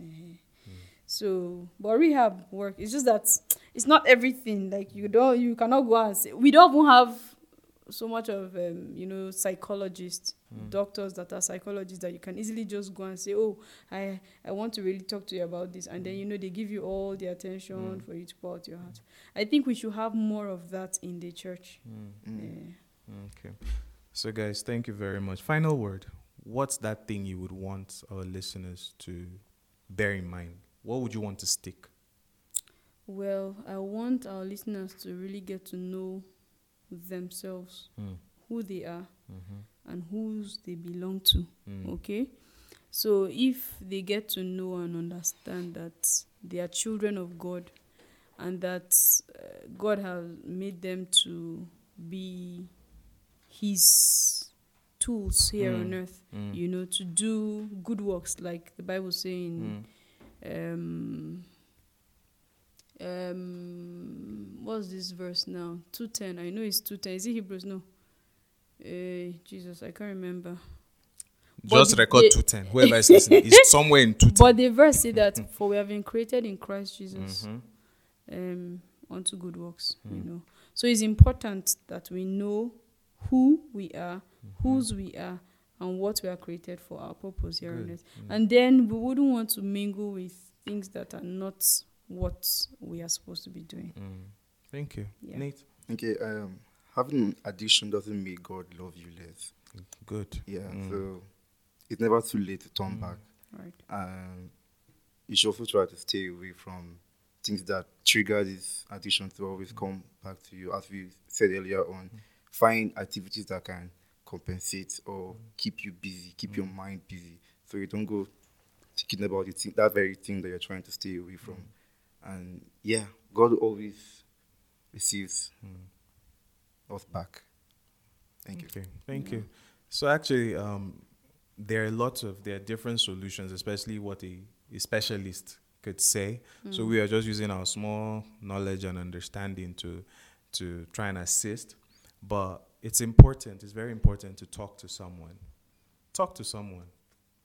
Speaker 2: So, but rehab work. It's just that it's not everything. Like you don't, you cannot go and say we don't even have so much of um, you know psychologists, doctors that are psychologists that you can easily just go and say, oh, I I want to really talk to you about this, and then you know they give you all the attention for you to pour out your heart. I think we should have more of that in the church. Eh,
Speaker 1: Mm, Okay. So guys, thank you very much. Final word. What's that thing you would want our listeners to bear in mind? What would you want to stick?
Speaker 2: Well, I want our listeners to really get to know themselves, who they are, and whose they belong to. Okay? So, if they get to know and understand that they are children of God and that uh, God has made them to be His tools here on earth, you know, to do good works, like the Bible
Speaker 1: Mm.
Speaker 2: saying. Um, um what's this verse now 210 i know it's 210 is it hebrews no uh, jesus i can't remember But
Speaker 1: Just
Speaker 2: the-
Speaker 1: record
Speaker 2: the-
Speaker 1: 210. Whoever is listening, it's somewhere in 210.
Speaker 2: but the verse say that for we have been created in christ jesus
Speaker 1: Mm-hmm,
Speaker 2: um unto good works you know so it's important that we know who we are whose we are and what we are created for our purpose here on
Speaker 1: Good.
Speaker 2: earth and then we wouldn't want to mingle with things that are not what we are supposed to be doing
Speaker 1: Mm. Thank you.
Speaker 2: Yeah.
Speaker 1: Nate.
Speaker 3: Okay, um, having addiction doesn't make God love you less.
Speaker 1: Good.
Speaker 3: Yeah,
Speaker 1: Mm.
Speaker 3: so it's never too late to turn back.
Speaker 2: right
Speaker 3: Um, you should also try to stay away from things that trigger this addiction to always come back to you. As we said earlier on, find activities that can compensate or keep you busy, keep your mind busy, so you don't go thinking about the thing, that very thing that you're trying to stay away from. And yeah, God always receives us back. Thank you.
Speaker 1: Okay, thank you. So actually, um, there are lots of there are different solutions, especially what a, a specialist could say. So we are just using our small knowledge and understanding to to try and assist. But it's important. It's very important to talk to someone. Talk to someone.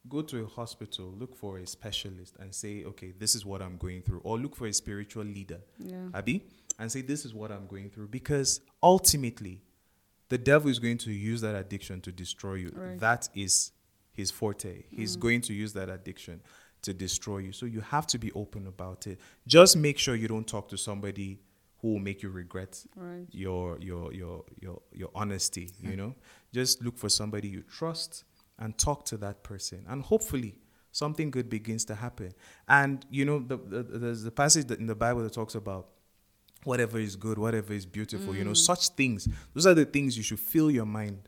Speaker 1: Go to a hospital, look for a specialist, and say, "Okay, this is what I'm going through," or look for a spiritual leader.
Speaker 2: Yeah.
Speaker 1: Abi, and say, This is what I'm going through. Because ultimately, the devil is going to use that addiction to destroy you.
Speaker 2: Right.
Speaker 1: That is his forte. He's going to use that addiction to destroy you. So you have to be open about it. Just make sure you don't talk to somebody who will make you regret
Speaker 2: Right.
Speaker 1: your your your your your honesty, you know? Just look for somebody you trust and talk to that person. And hopefully something good begins to happen. And you know, the, the, there's the passage that in the Bible that talks about whatever is good, whatever is beautiful, you know, such things. Those are the things you should fill your mind,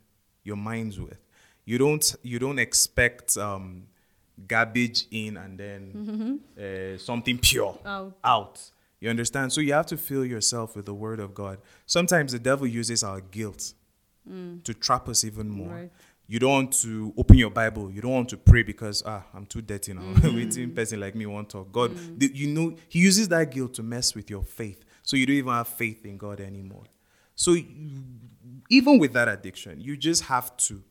Speaker 1: your minds with. You don't you don't expect um, garbage in and then uh, something pure
Speaker 2: Out.
Speaker 1: You understand? So you have to fill yourself with the Word of God. Sometimes the devil uses our guilt to trap us even more.
Speaker 2: Mm. Right.
Speaker 1: You don't want to open your Bible. You don't want to pray because ah, I'm too dirty now.
Speaker 2: Mm.
Speaker 1: Waiting person like me won't talk. God, the- you know, He uses that guilt to mess with your faith, so you don't even have faith in God anymore. So you- even with that addiction, you just have to.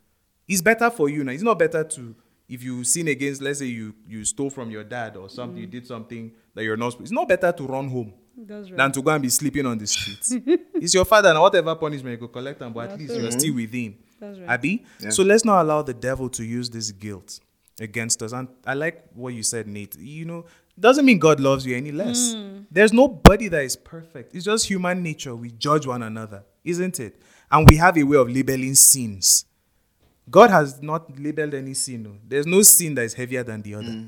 Speaker 1: It's better for you now. It's not better to if you sin against. Let's say you you stole from your dad or something. You did something that you're not. It's not better to run home
Speaker 2: Mm. That's right.
Speaker 1: than to go and be sleeping on the streets. it's your father, and whatever punishment you go collect, and but at
Speaker 2: That's
Speaker 1: least you're still within.
Speaker 2: That's right.
Speaker 1: Abi, so let's not allow the devil to use this guilt against us. And I like what you said, Nate. You know, doesn't mean God loves you any less.
Speaker 2: Hmm.
Speaker 1: There's nobody that is perfect. It's just human nature. We judge one another, isn't it? And we have a way of labeling sins. God has not labeled any sin. no. There's no sin that is heavier than the other.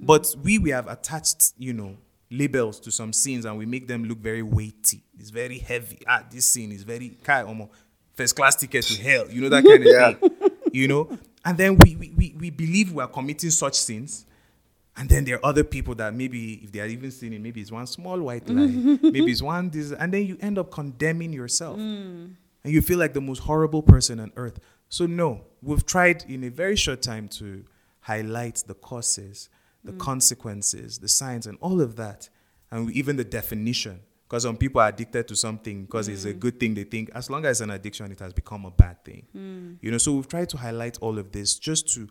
Speaker 1: But we we have attached, you know, labels to some sins and we make them look very weighty. It's very heavy. Ah, this sin is very kai almost first class ticket to hell. You know that kind of thing. You know? And then we, we, we, we believe we are committing such sins. And then there are other people that maybe if they are even sinning, maybe it's one small white lie, maybe it's one this, and then you end up condemning yourself and you feel like the most horrible person on earth. So, no, we've tried in a very short time to highlight the causes, the consequences, the signs, and all of that, and even the definition. Because some people are addicted to something because it's a good thing they think, as long as it's an addiction, it has become a bad thing. You know, so we've tried to highlight all of this just to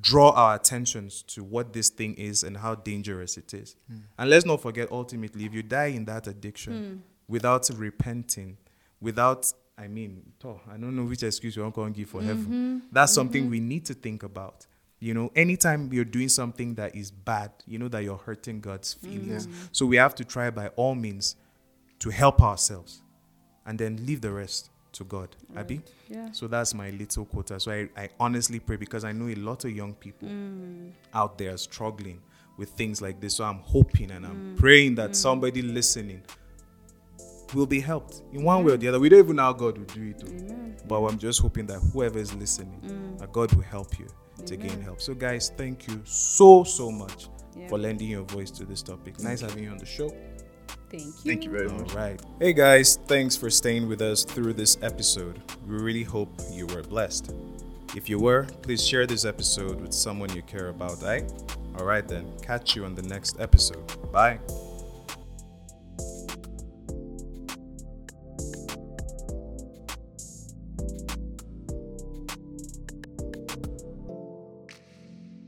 Speaker 1: draw our attentions to what this thing is and how dangerous it is. And let's not forget, ultimately, if you die in that addiction without repenting, without, I mean, toh, I don't know which excuse you want to give for heaven. That's something we need to think about. You know, anytime you're doing something that is bad, you know that you're hurting God's feelings. So we have to try by all means to help ourselves and then leave the rest to God. Abi?
Speaker 2: Yeah.
Speaker 1: So that's my little quota. So I, I honestly pray because I know a lot of young people out there struggling with things like this. So I'm hoping and I'm praying that somebody listening will be helped in one way or the other. We don't even know how God will do it. though. But I'm just hoping that whoever is listening, that God will help you to gain help. So guys, thank you so so much
Speaker 2: Yeah.
Speaker 1: for lending your voice to this topic. Nice having you on the show.
Speaker 2: Thank you.
Speaker 3: Thank you very
Speaker 1: All
Speaker 3: much.
Speaker 1: right. Hey guys, thanks for staying with us through this episode. We really hope you were blessed. If you were, please share this episode with someone you care about, eh? All right then, catch you on the next episode. Bye.